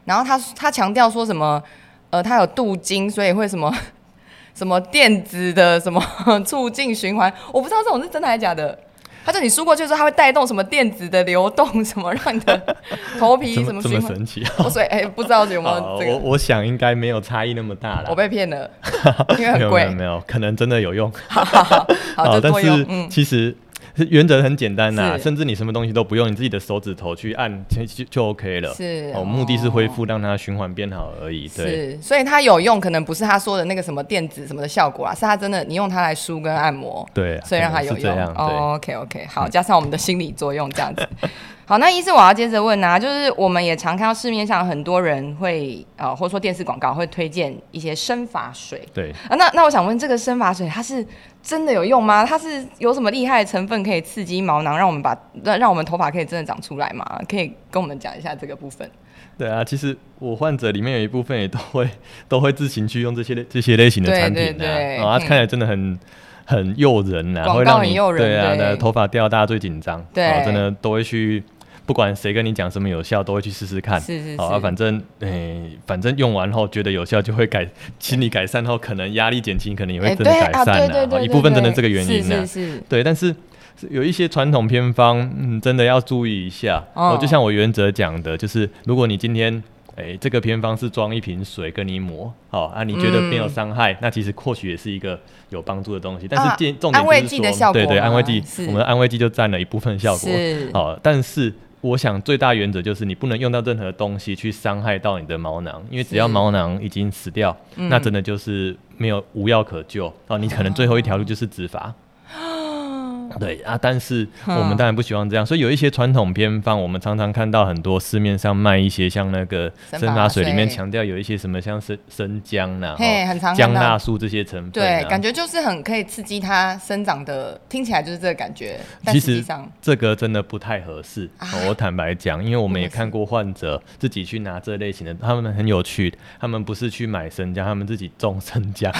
[SPEAKER 2] 然后它它强调说什么呃，它有镀金，所以会什么 <laughs> 什么电子的什么促进循环，我不知道这种是真的还是假的。他说你输过去之后，它会带动什么电子的流动，什么让你的头皮
[SPEAKER 1] 这
[SPEAKER 2] 什
[SPEAKER 1] 么
[SPEAKER 2] 么
[SPEAKER 1] 这么 <laughs>
[SPEAKER 2] 循环。
[SPEAKER 1] 神奇啊！
[SPEAKER 2] 我所以哎、不知道有
[SPEAKER 1] <laughs>
[SPEAKER 2] 没
[SPEAKER 1] 好
[SPEAKER 2] 有这
[SPEAKER 1] 我
[SPEAKER 2] 个，
[SPEAKER 1] 我想应该没有差异那么大啦。
[SPEAKER 2] 我被骗了， <laughs> 因为
[SPEAKER 1] 没
[SPEAKER 2] 很
[SPEAKER 1] 有没有
[SPEAKER 2] 贵
[SPEAKER 1] 没。有，可能真的有用。啊
[SPEAKER 2] 好好好，好，就
[SPEAKER 1] 但
[SPEAKER 2] 作用
[SPEAKER 1] 是、
[SPEAKER 2] 嗯，
[SPEAKER 1] 其实是原则很简单呐、
[SPEAKER 2] 是
[SPEAKER 1] 甚至你什么东西都不用，你自己的手指头去按其实就就 OK 了。
[SPEAKER 2] 是
[SPEAKER 1] 哦，目的是恢复让它循环变好而已。对。
[SPEAKER 2] 是，所以它有用，可能不是他说的那个什么电子什么的效果啊，是它真的你用它来梳跟按摩。
[SPEAKER 1] 对啊，
[SPEAKER 2] 所以让它
[SPEAKER 1] 可能
[SPEAKER 2] 有
[SPEAKER 1] 是这
[SPEAKER 2] 用哦
[SPEAKER 1] 样。对，
[SPEAKER 2] 哦，OK，OK，好，加上我们的心理作用这样子。好，那医师我要接着问啊， <laughs> 就是我们也常看到市面上很多人会呃，或者说电视广告会推荐一些生发水
[SPEAKER 1] 对，
[SPEAKER 2] 啊，那那我想问，这个生发水它是真的有用吗？它是有什么厉害的成分可以刺激毛囊，让我们把让让我们头发可以真的长出来吗？可以跟我们讲一下这个部分。
[SPEAKER 1] <laughs> 对啊，其实我患者里面有一部分也都会都会自行去用这些类这些类型的
[SPEAKER 2] 对
[SPEAKER 1] 产
[SPEAKER 2] 对
[SPEAKER 1] 品的、
[SPEAKER 2] 对
[SPEAKER 1] 啊，它
[SPEAKER 2] 嗯
[SPEAKER 1] 看起来真的很很诱人呐、
[SPEAKER 2] 广
[SPEAKER 1] 会
[SPEAKER 2] 告
[SPEAKER 1] 让
[SPEAKER 2] 很
[SPEAKER 1] 你
[SPEAKER 2] 诱人
[SPEAKER 1] 对啊，
[SPEAKER 2] 对
[SPEAKER 1] 那头发掉大家最紧张，
[SPEAKER 2] 对
[SPEAKER 1] 啊真的都会去，不管谁跟你讲什么有效，都会去试试看。
[SPEAKER 2] 是是
[SPEAKER 1] 好啊，
[SPEAKER 2] 是
[SPEAKER 1] 反正诶、反正用完后觉得有效，就会改心理改善后，可能压力减轻，可能也会
[SPEAKER 2] 哎
[SPEAKER 1] 真的
[SPEAKER 2] 对
[SPEAKER 1] 改
[SPEAKER 2] 啊，
[SPEAKER 1] 善
[SPEAKER 2] 对
[SPEAKER 1] 呐、
[SPEAKER 2] 对对
[SPEAKER 1] 好
[SPEAKER 2] 对，
[SPEAKER 1] 一部分真的是这个
[SPEAKER 2] 对
[SPEAKER 1] 原因啊呐、
[SPEAKER 2] 是是是，
[SPEAKER 1] 对，但是是有一些传统偏方，嗯，真的要注意一下。
[SPEAKER 2] 哦
[SPEAKER 1] 哦，就像我原则讲的，就是如果你今天，诶这个偏方是装一瓶水跟你抹，好、啊，你觉得没有
[SPEAKER 2] 嗯
[SPEAKER 1] 伤害，那其实或许也是一个有帮助的东西。但是
[SPEAKER 2] 啊
[SPEAKER 1] 建、重点
[SPEAKER 2] 安慰
[SPEAKER 1] 就是
[SPEAKER 2] 剂的
[SPEAKER 1] 说
[SPEAKER 2] 效
[SPEAKER 1] 对
[SPEAKER 2] 果
[SPEAKER 1] 对，安慰
[SPEAKER 2] 嘛
[SPEAKER 1] 剂
[SPEAKER 2] 是，
[SPEAKER 1] 我们的安慰剂就占了一部分效果。
[SPEAKER 2] 是
[SPEAKER 1] 好、但是。我想最大原则就是你不能用到任何东西去伤害到你的毛囊，因为只要
[SPEAKER 2] 是嗯
[SPEAKER 1] 毛囊已经死掉，那真的就是没有无药可救哦。你可能最后一条路就是植发。
[SPEAKER 2] 哦
[SPEAKER 1] 对啊，但是我们当然不希望这样，所以有一些传统偏方，我们常常看到很多市面上卖一些像那个
[SPEAKER 2] 生
[SPEAKER 1] 生
[SPEAKER 2] 发
[SPEAKER 1] 发水里面
[SPEAKER 2] 水
[SPEAKER 1] 强调有一些什么像生生姜呐、
[SPEAKER 2] 嘿
[SPEAKER 1] 吼
[SPEAKER 2] 很常
[SPEAKER 1] 姜
[SPEAKER 2] 看到
[SPEAKER 1] 辣素这些成分、啊，
[SPEAKER 2] 对，感觉就是很可以刺激它生长的，听起来就是这个感觉，但
[SPEAKER 1] 其
[SPEAKER 2] 实际
[SPEAKER 1] 实
[SPEAKER 2] 上啊
[SPEAKER 1] 这个真的不太合适、哦我坦白讲，因为我们也
[SPEAKER 2] 怎么
[SPEAKER 1] 看过患者自己去拿这类型的，他们很有趣，他们不是去买生姜，他们自己种生
[SPEAKER 2] <laughs>
[SPEAKER 1] 姜，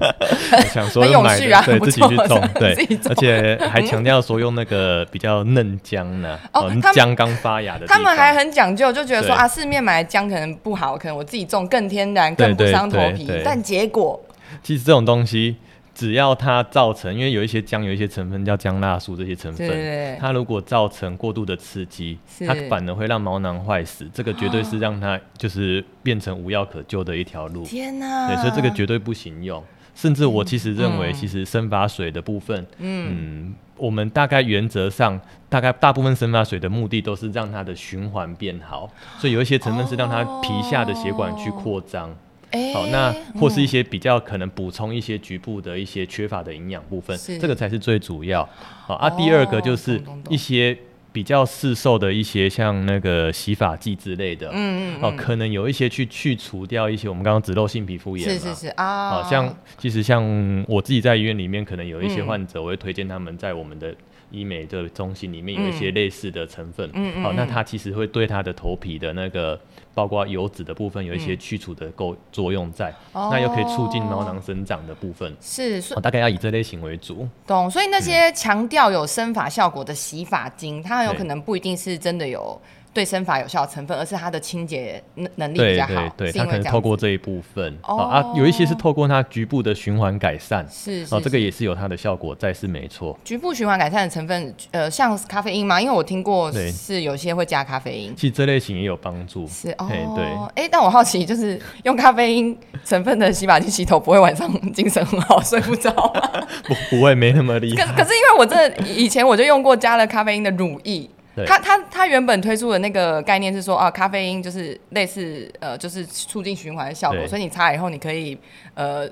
[SPEAKER 1] 我想说
[SPEAKER 2] 很有
[SPEAKER 1] 买
[SPEAKER 2] 趣
[SPEAKER 1] 的
[SPEAKER 2] 啊
[SPEAKER 1] 对
[SPEAKER 2] 不
[SPEAKER 1] 自己
[SPEAKER 2] 错，
[SPEAKER 1] 去种对
[SPEAKER 2] 自己，种嗯
[SPEAKER 1] 而且还强调说用那个比较嫩姜呢、
[SPEAKER 2] 哦他们
[SPEAKER 1] 姜刚发芽的地
[SPEAKER 2] 他们
[SPEAKER 1] 方
[SPEAKER 2] 还很讲究，就觉得说
[SPEAKER 1] 对
[SPEAKER 2] 啊，市面买的姜可能不好，可能我自己种更天然，
[SPEAKER 1] 对
[SPEAKER 2] 更不
[SPEAKER 1] 对
[SPEAKER 2] 伤头
[SPEAKER 1] 对
[SPEAKER 2] 皮
[SPEAKER 1] 对。
[SPEAKER 2] 但结果
[SPEAKER 1] 其实这种东西，只要它造成，因为有一些姜有一些成分叫姜辣素这些成分，
[SPEAKER 2] 对对对
[SPEAKER 1] 它如果造成过度的刺激
[SPEAKER 2] 是，
[SPEAKER 1] 它反而会让毛囊坏死，这个绝对是让它就是变成无药可救的一条路。
[SPEAKER 2] 天啊哪、
[SPEAKER 1] 对，所以这个绝对不行用。甚至我其实认
[SPEAKER 2] 嗯
[SPEAKER 1] 为，其实生发水的部分，嗯我们大概原则上，大概大部分生发水的目的都是让它的循环变好，所以有一些成分是让它皮下的血管
[SPEAKER 2] 哦
[SPEAKER 1] 去扩张。
[SPEAKER 2] 哎
[SPEAKER 1] 好，那或是一些比较可能补充一些局部的一些缺乏的营养部分
[SPEAKER 2] 是，
[SPEAKER 1] 这个才是最主要。好啊，第二个
[SPEAKER 2] 哦
[SPEAKER 1] 就是
[SPEAKER 2] 懂懂懂
[SPEAKER 1] 一些比较市售的一些像那个洗发剂之类的，
[SPEAKER 2] 嗯嗯
[SPEAKER 1] 哦，可能有一些去去除掉一些我们刚刚脂漏性皮肤炎
[SPEAKER 2] 是
[SPEAKER 1] 嘛。
[SPEAKER 2] 是是啊，
[SPEAKER 1] 好像其实像我自己在医院里面，可能有一些
[SPEAKER 2] 嗯
[SPEAKER 1] 患者，我会推荐他们在我们的医美的中心里面有一些类似的成分。
[SPEAKER 2] 嗯嗯
[SPEAKER 1] 好，那它其实会对它的头皮的那个，包括油脂的部分，有一些去除的够作用在，
[SPEAKER 2] 嗯哦
[SPEAKER 1] 那又可以促进毛囊生长的部分。
[SPEAKER 2] 是所
[SPEAKER 1] 哦，大概要以这类型为主。
[SPEAKER 2] 懂，所以那些强调有生发效果的洗发精，它很有
[SPEAKER 1] 嗯对
[SPEAKER 2] 可能不一定是真的有对生发有效的成分，而是它的清洁能能力比
[SPEAKER 1] 对
[SPEAKER 2] 较
[SPEAKER 1] 对
[SPEAKER 2] 好，
[SPEAKER 1] 对，
[SPEAKER 2] 是
[SPEAKER 1] 它
[SPEAKER 2] 因
[SPEAKER 1] 可
[SPEAKER 2] 为
[SPEAKER 1] 能
[SPEAKER 2] 这样
[SPEAKER 1] 透过
[SPEAKER 2] 子
[SPEAKER 1] 这一部分，
[SPEAKER 2] 哦
[SPEAKER 1] 好啊，有一些是透过它局部的循环改善，
[SPEAKER 2] 是是
[SPEAKER 1] 哦，这
[SPEAKER 2] 是
[SPEAKER 1] 个也是有它的效果在，是没错。
[SPEAKER 2] 局部循环改善的成分，呃，像咖啡因吗？因为我听过
[SPEAKER 1] 对
[SPEAKER 2] 是有些会加咖啡因。
[SPEAKER 1] 其实这类型也有帮助，
[SPEAKER 2] 是哦
[SPEAKER 1] 嘿，对。
[SPEAKER 2] 哎、但我好奇，就是用咖啡因成分的洗发精洗头，不会晚上精神很好，睡不着吗？
[SPEAKER 1] 不不会没那么厉
[SPEAKER 2] 可
[SPEAKER 1] 害。
[SPEAKER 2] 可是因为我真的以前我就用过加了咖啡因的乳液
[SPEAKER 1] 对，
[SPEAKER 2] 它它它原本推出的那个概念是说啊，咖啡因就是类似呃，就是促进循环的效果，
[SPEAKER 1] 对
[SPEAKER 2] 所以你擦了以后你可以呃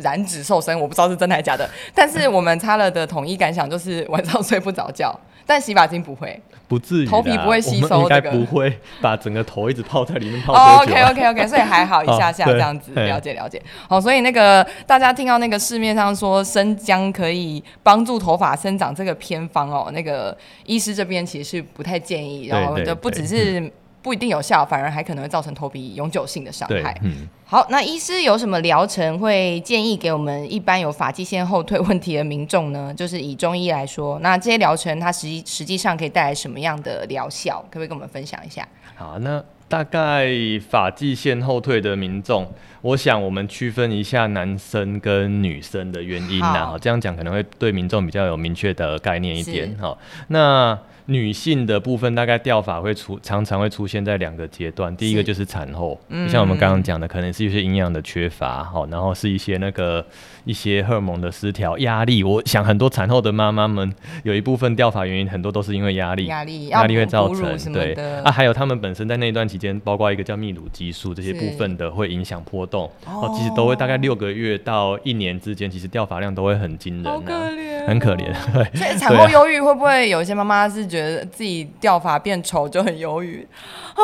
[SPEAKER 2] 燃脂瘦身，我不知道是真的还是假的，但是我们擦了的统一感想就是晚上睡不着觉，但洗发精不会。
[SPEAKER 1] 不至于啦，
[SPEAKER 2] 头皮不会吸收
[SPEAKER 1] 我们应该
[SPEAKER 2] 这个
[SPEAKER 1] 不会把整个头一直泡在里面泡
[SPEAKER 2] 哦
[SPEAKER 1] 多久
[SPEAKER 2] ，OK
[SPEAKER 1] 啊、<laughs>
[SPEAKER 2] OK OK，所以还好一下下
[SPEAKER 1] 哦对
[SPEAKER 2] 这样子，
[SPEAKER 1] 嘿
[SPEAKER 2] 了解了解。好，所以那个大家听到那个市面上说生姜可以帮助头发生长这个偏方哦，那个医师这边其实是不太建议，然后
[SPEAKER 1] 对对
[SPEAKER 2] 就不
[SPEAKER 1] 对
[SPEAKER 2] 只是不一定有效，反而还可能会造成头皮永久性的伤
[SPEAKER 1] 对
[SPEAKER 2] 害，。
[SPEAKER 1] 嗯，
[SPEAKER 2] 好，那医师有什么疗程会建议给我们一般有发际线后退问题的民众呢？ <laughs> 就是以中医来说，那这些疗程它实际实际上可以带来什么样的疗效？可不可以跟我们分享一下？
[SPEAKER 1] 好，那大概发际线后退的民众，我想我们区分一下男生跟女生的原因啦、
[SPEAKER 2] 好
[SPEAKER 1] 这样讲可能会对民众比较有明确的概念一点
[SPEAKER 2] 是
[SPEAKER 1] 哈、那女性的部分，大概掉发会出常常会出现在两个阶段，第一个
[SPEAKER 2] 是嗯
[SPEAKER 1] 就是产后，就像我们刚刚讲的，可能是有些营养的缺乏，好、然后是一些那个一些荷尔蒙的失调、压力。我想很多产后的妈妈们有一部分掉发原因，很多都是因为压力，
[SPEAKER 2] 压力
[SPEAKER 1] 压力
[SPEAKER 2] 要
[SPEAKER 1] 会
[SPEAKER 2] 哺
[SPEAKER 1] 造
[SPEAKER 2] 哺乳什
[SPEAKER 1] 成
[SPEAKER 2] 么
[SPEAKER 1] 对
[SPEAKER 2] 的
[SPEAKER 1] 啊，还有他们本身在那一段期间，包括一个叫泌乳激素这些部
[SPEAKER 2] 是哦
[SPEAKER 1] 分的，会影响波动哦，其实都会大概六个月到一年之间，其实掉发量都会很惊人、啊，
[SPEAKER 2] 怜
[SPEAKER 1] 很可怜。对，啊
[SPEAKER 2] 所以产后忧郁会不会有一些妈妈是觉得自己掉发变丑就很忧郁？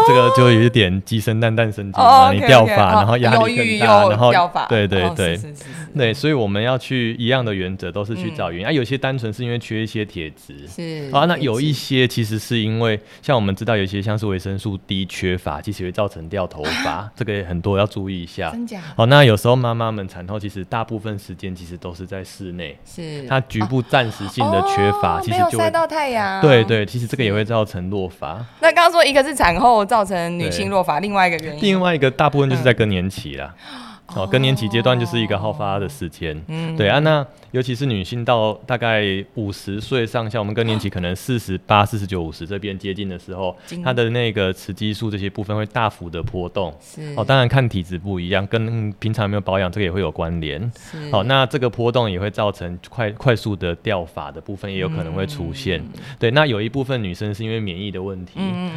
[SPEAKER 1] 这个就有一点鸡生蛋蛋生鸡
[SPEAKER 2] 哦
[SPEAKER 1] 嘛，
[SPEAKER 2] ，OK，OK，
[SPEAKER 1] 你掉
[SPEAKER 2] 哦
[SPEAKER 1] 发，然后压
[SPEAKER 2] 忧
[SPEAKER 1] 力
[SPEAKER 2] 郁
[SPEAKER 1] 更大，
[SPEAKER 2] 又
[SPEAKER 1] 然后
[SPEAKER 2] 掉发
[SPEAKER 1] 对对
[SPEAKER 2] 哦
[SPEAKER 1] 对
[SPEAKER 2] 是是是是
[SPEAKER 1] 对，所以我们要去一样的原则都是去找原因啊，有些单纯是因为缺一些铁质。
[SPEAKER 2] 嗯是
[SPEAKER 1] 啊，那有一
[SPEAKER 2] 嗯理解
[SPEAKER 1] 些其实是因为，像我们知道有一些像是维生素 D 缺乏，其实会造成掉头
[SPEAKER 2] <laughs>
[SPEAKER 1] 发，这个也很多要注意一下。
[SPEAKER 2] 真假
[SPEAKER 1] 好，那有时候妈妈们产后其实大部分时间其实都是在室内，
[SPEAKER 2] 是
[SPEAKER 1] 它局部暂时性的缺乏，
[SPEAKER 2] 哦
[SPEAKER 1] 其
[SPEAKER 2] 没
[SPEAKER 1] 实
[SPEAKER 2] 有
[SPEAKER 1] 就
[SPEAKER 2] 晒
[SPEAKER 1] 会
[SPEAKER 2] 到啊嗯太阳，
[SPEAKER 1] 对。对，其实这个也会造成落发。
[SPEAKER 2] 那刚刚说一个是产后造成女性落发，另外一个原因，
[SPEAKER 1] 另外一个大部分就是在更年期啦。哦，更年期阶段就是一个好发的时间，嗯，对啊，那尤其是女性到大概五十岁上下，我们更年期可能四十八、四十九、五十这边接近的时候
[SPEAKER 2] 经，
[SPEAKER 1] 它的那个雌激素这些部分会大幅的波动，
[SPEAKER 2] 是
[SPEAKER 1] 哦，当然看体质不一样，跟嗯平常有没有保养这个也会有关联。
[SPEAKER 2] 是
[SPEAKER 1] 好、那这个波动也会造成快快速的掉发的部分也有可能会出现。
[SPEAKER 2] 嗯
[SPEAKER 1] 对，那有一部分女生是因为免疫的问题，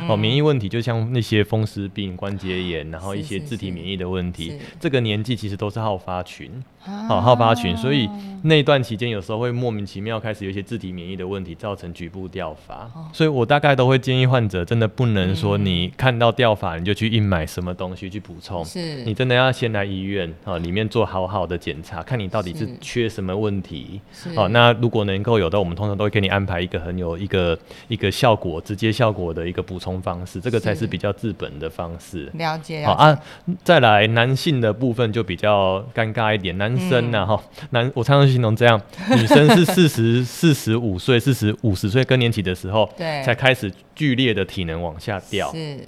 [SPEAKER 1] 哦，免疫问题就像那些风湿病、关节炎，然后一
[SPEAKER 2] 是
[SPEAKER 1] 些
[SPEAKER 2] 是
[SPEAKER 1] 自体
[SPEAKER 2] 是
[SPEAKER 1] 免疫的问题，
[SPEAKER 2] 是
[SPEAKER 1] 这个年纪其实都是好发群，
[SPEAKER 2] 啊
[SPEAKER 1] 好、好发群，所以那段期间有时候会莫名其妙开始有一些自体免疫的问题，造成局部掉发。
[SPEAKER 2] 哦
[SPEAKER 1] 所以我大概都会建议患者，真的不能
[SPEAKER 2] 嗯
[SPEAKER 1] 说你看到掉发你就去硬买什么东西去补充，
[SPEAKER 2] 是
[SPEAKER 1] 你真的要先来医院啊、里面做好好的检查，看你到底是
[SPEAKER 2] 是
[SPEAKER 1] 缺什么问题。
[SPEAKER 2] 是
[SPEAKER 1] 好、那如果能够有的，我们通常都会给你安排一个很有一个一个效果、直接效果的一个补充方式，这个才
[SPEAKER 2] 是
[SPEAKER 1] 是比较治本的方式。
[SPEAKER 2] 了解
[SPEAKER 1] 好
[SPEAKER 2] 了解
[SPEAKER 1] 啊，再来男性的部分就比较尴尬一点，男生
[SPEAKER 2] 嗯
[SPEAKER 1] 呐、啊、哈、男我常常形容这
[SPEAKER 2] <laughs>
[SPEAKER 1] 样，女生是四十四十五岁、四十五十岁更年期的时候，
[SPEAKER 2] 对
[SPEAKER 1] 才开始剧烈的体能往下掉，
[SPEAKER 2] 是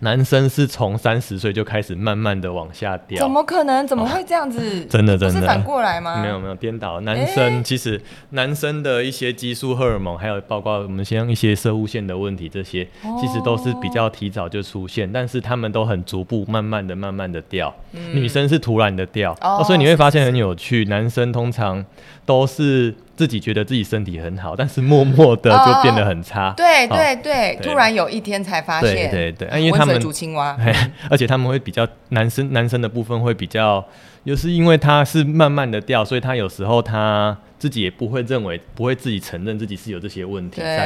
[SPEAKER 1] 男生是从三十岁就开始慢慢的往下
[SPEAKER 2] 怎
[SPEAKER 1] 掉。哦
[SPEAKER 2] 么可能？怎么会这样子？
[SPEAKER 1] <laughs> 真的
[SPEAKER 2] 不
[SPEAKER 1] 真
[SPEAKER 2] 是
[SPEAKER 1] 的
[SPEAKER 2] 反过来啊吗？
[SPEAKER 1] 没有没有颠倒，男生其实男生的一些激素、荷尔蒙，还有包括我们像一些射物线的问题，这些
[SPEAKER 2] 哦
[SPEAKER 1] 其实都是比较提早就出现，但是他们都很逐步、慢慢的、慢慢的掉。女生是突然的掉，
[SPEAKER 2] 嗯哦
[SPEAKER 1] 所以你会发现很有趣，男生通常都是自己觉得自己身体很好，但是默默的
[SPEAKER 2] 哦
[SPEAKER 1] 就变得很差。
[SPEAKER 2] 对
[SPEAKER 1] 好
[SPEAKER 2] 对对，
[SPEAKER 1] 哦对
[SPEAKER 2] 突然有一天才发现，
[SPEAKER 1] 对对对啊因为他
[SPEAKER 2] 温水
[SPEAKER 1] 们
[SPEAKER 2] 煮青蛙，
[SPEAKER 1] <laughs> 嘿而且他们会比较男生男生的部分会比较，就是因为他是慢慢的掉，所以他有时候他自己也不会认为，不会自己承认自己是有这些问题在。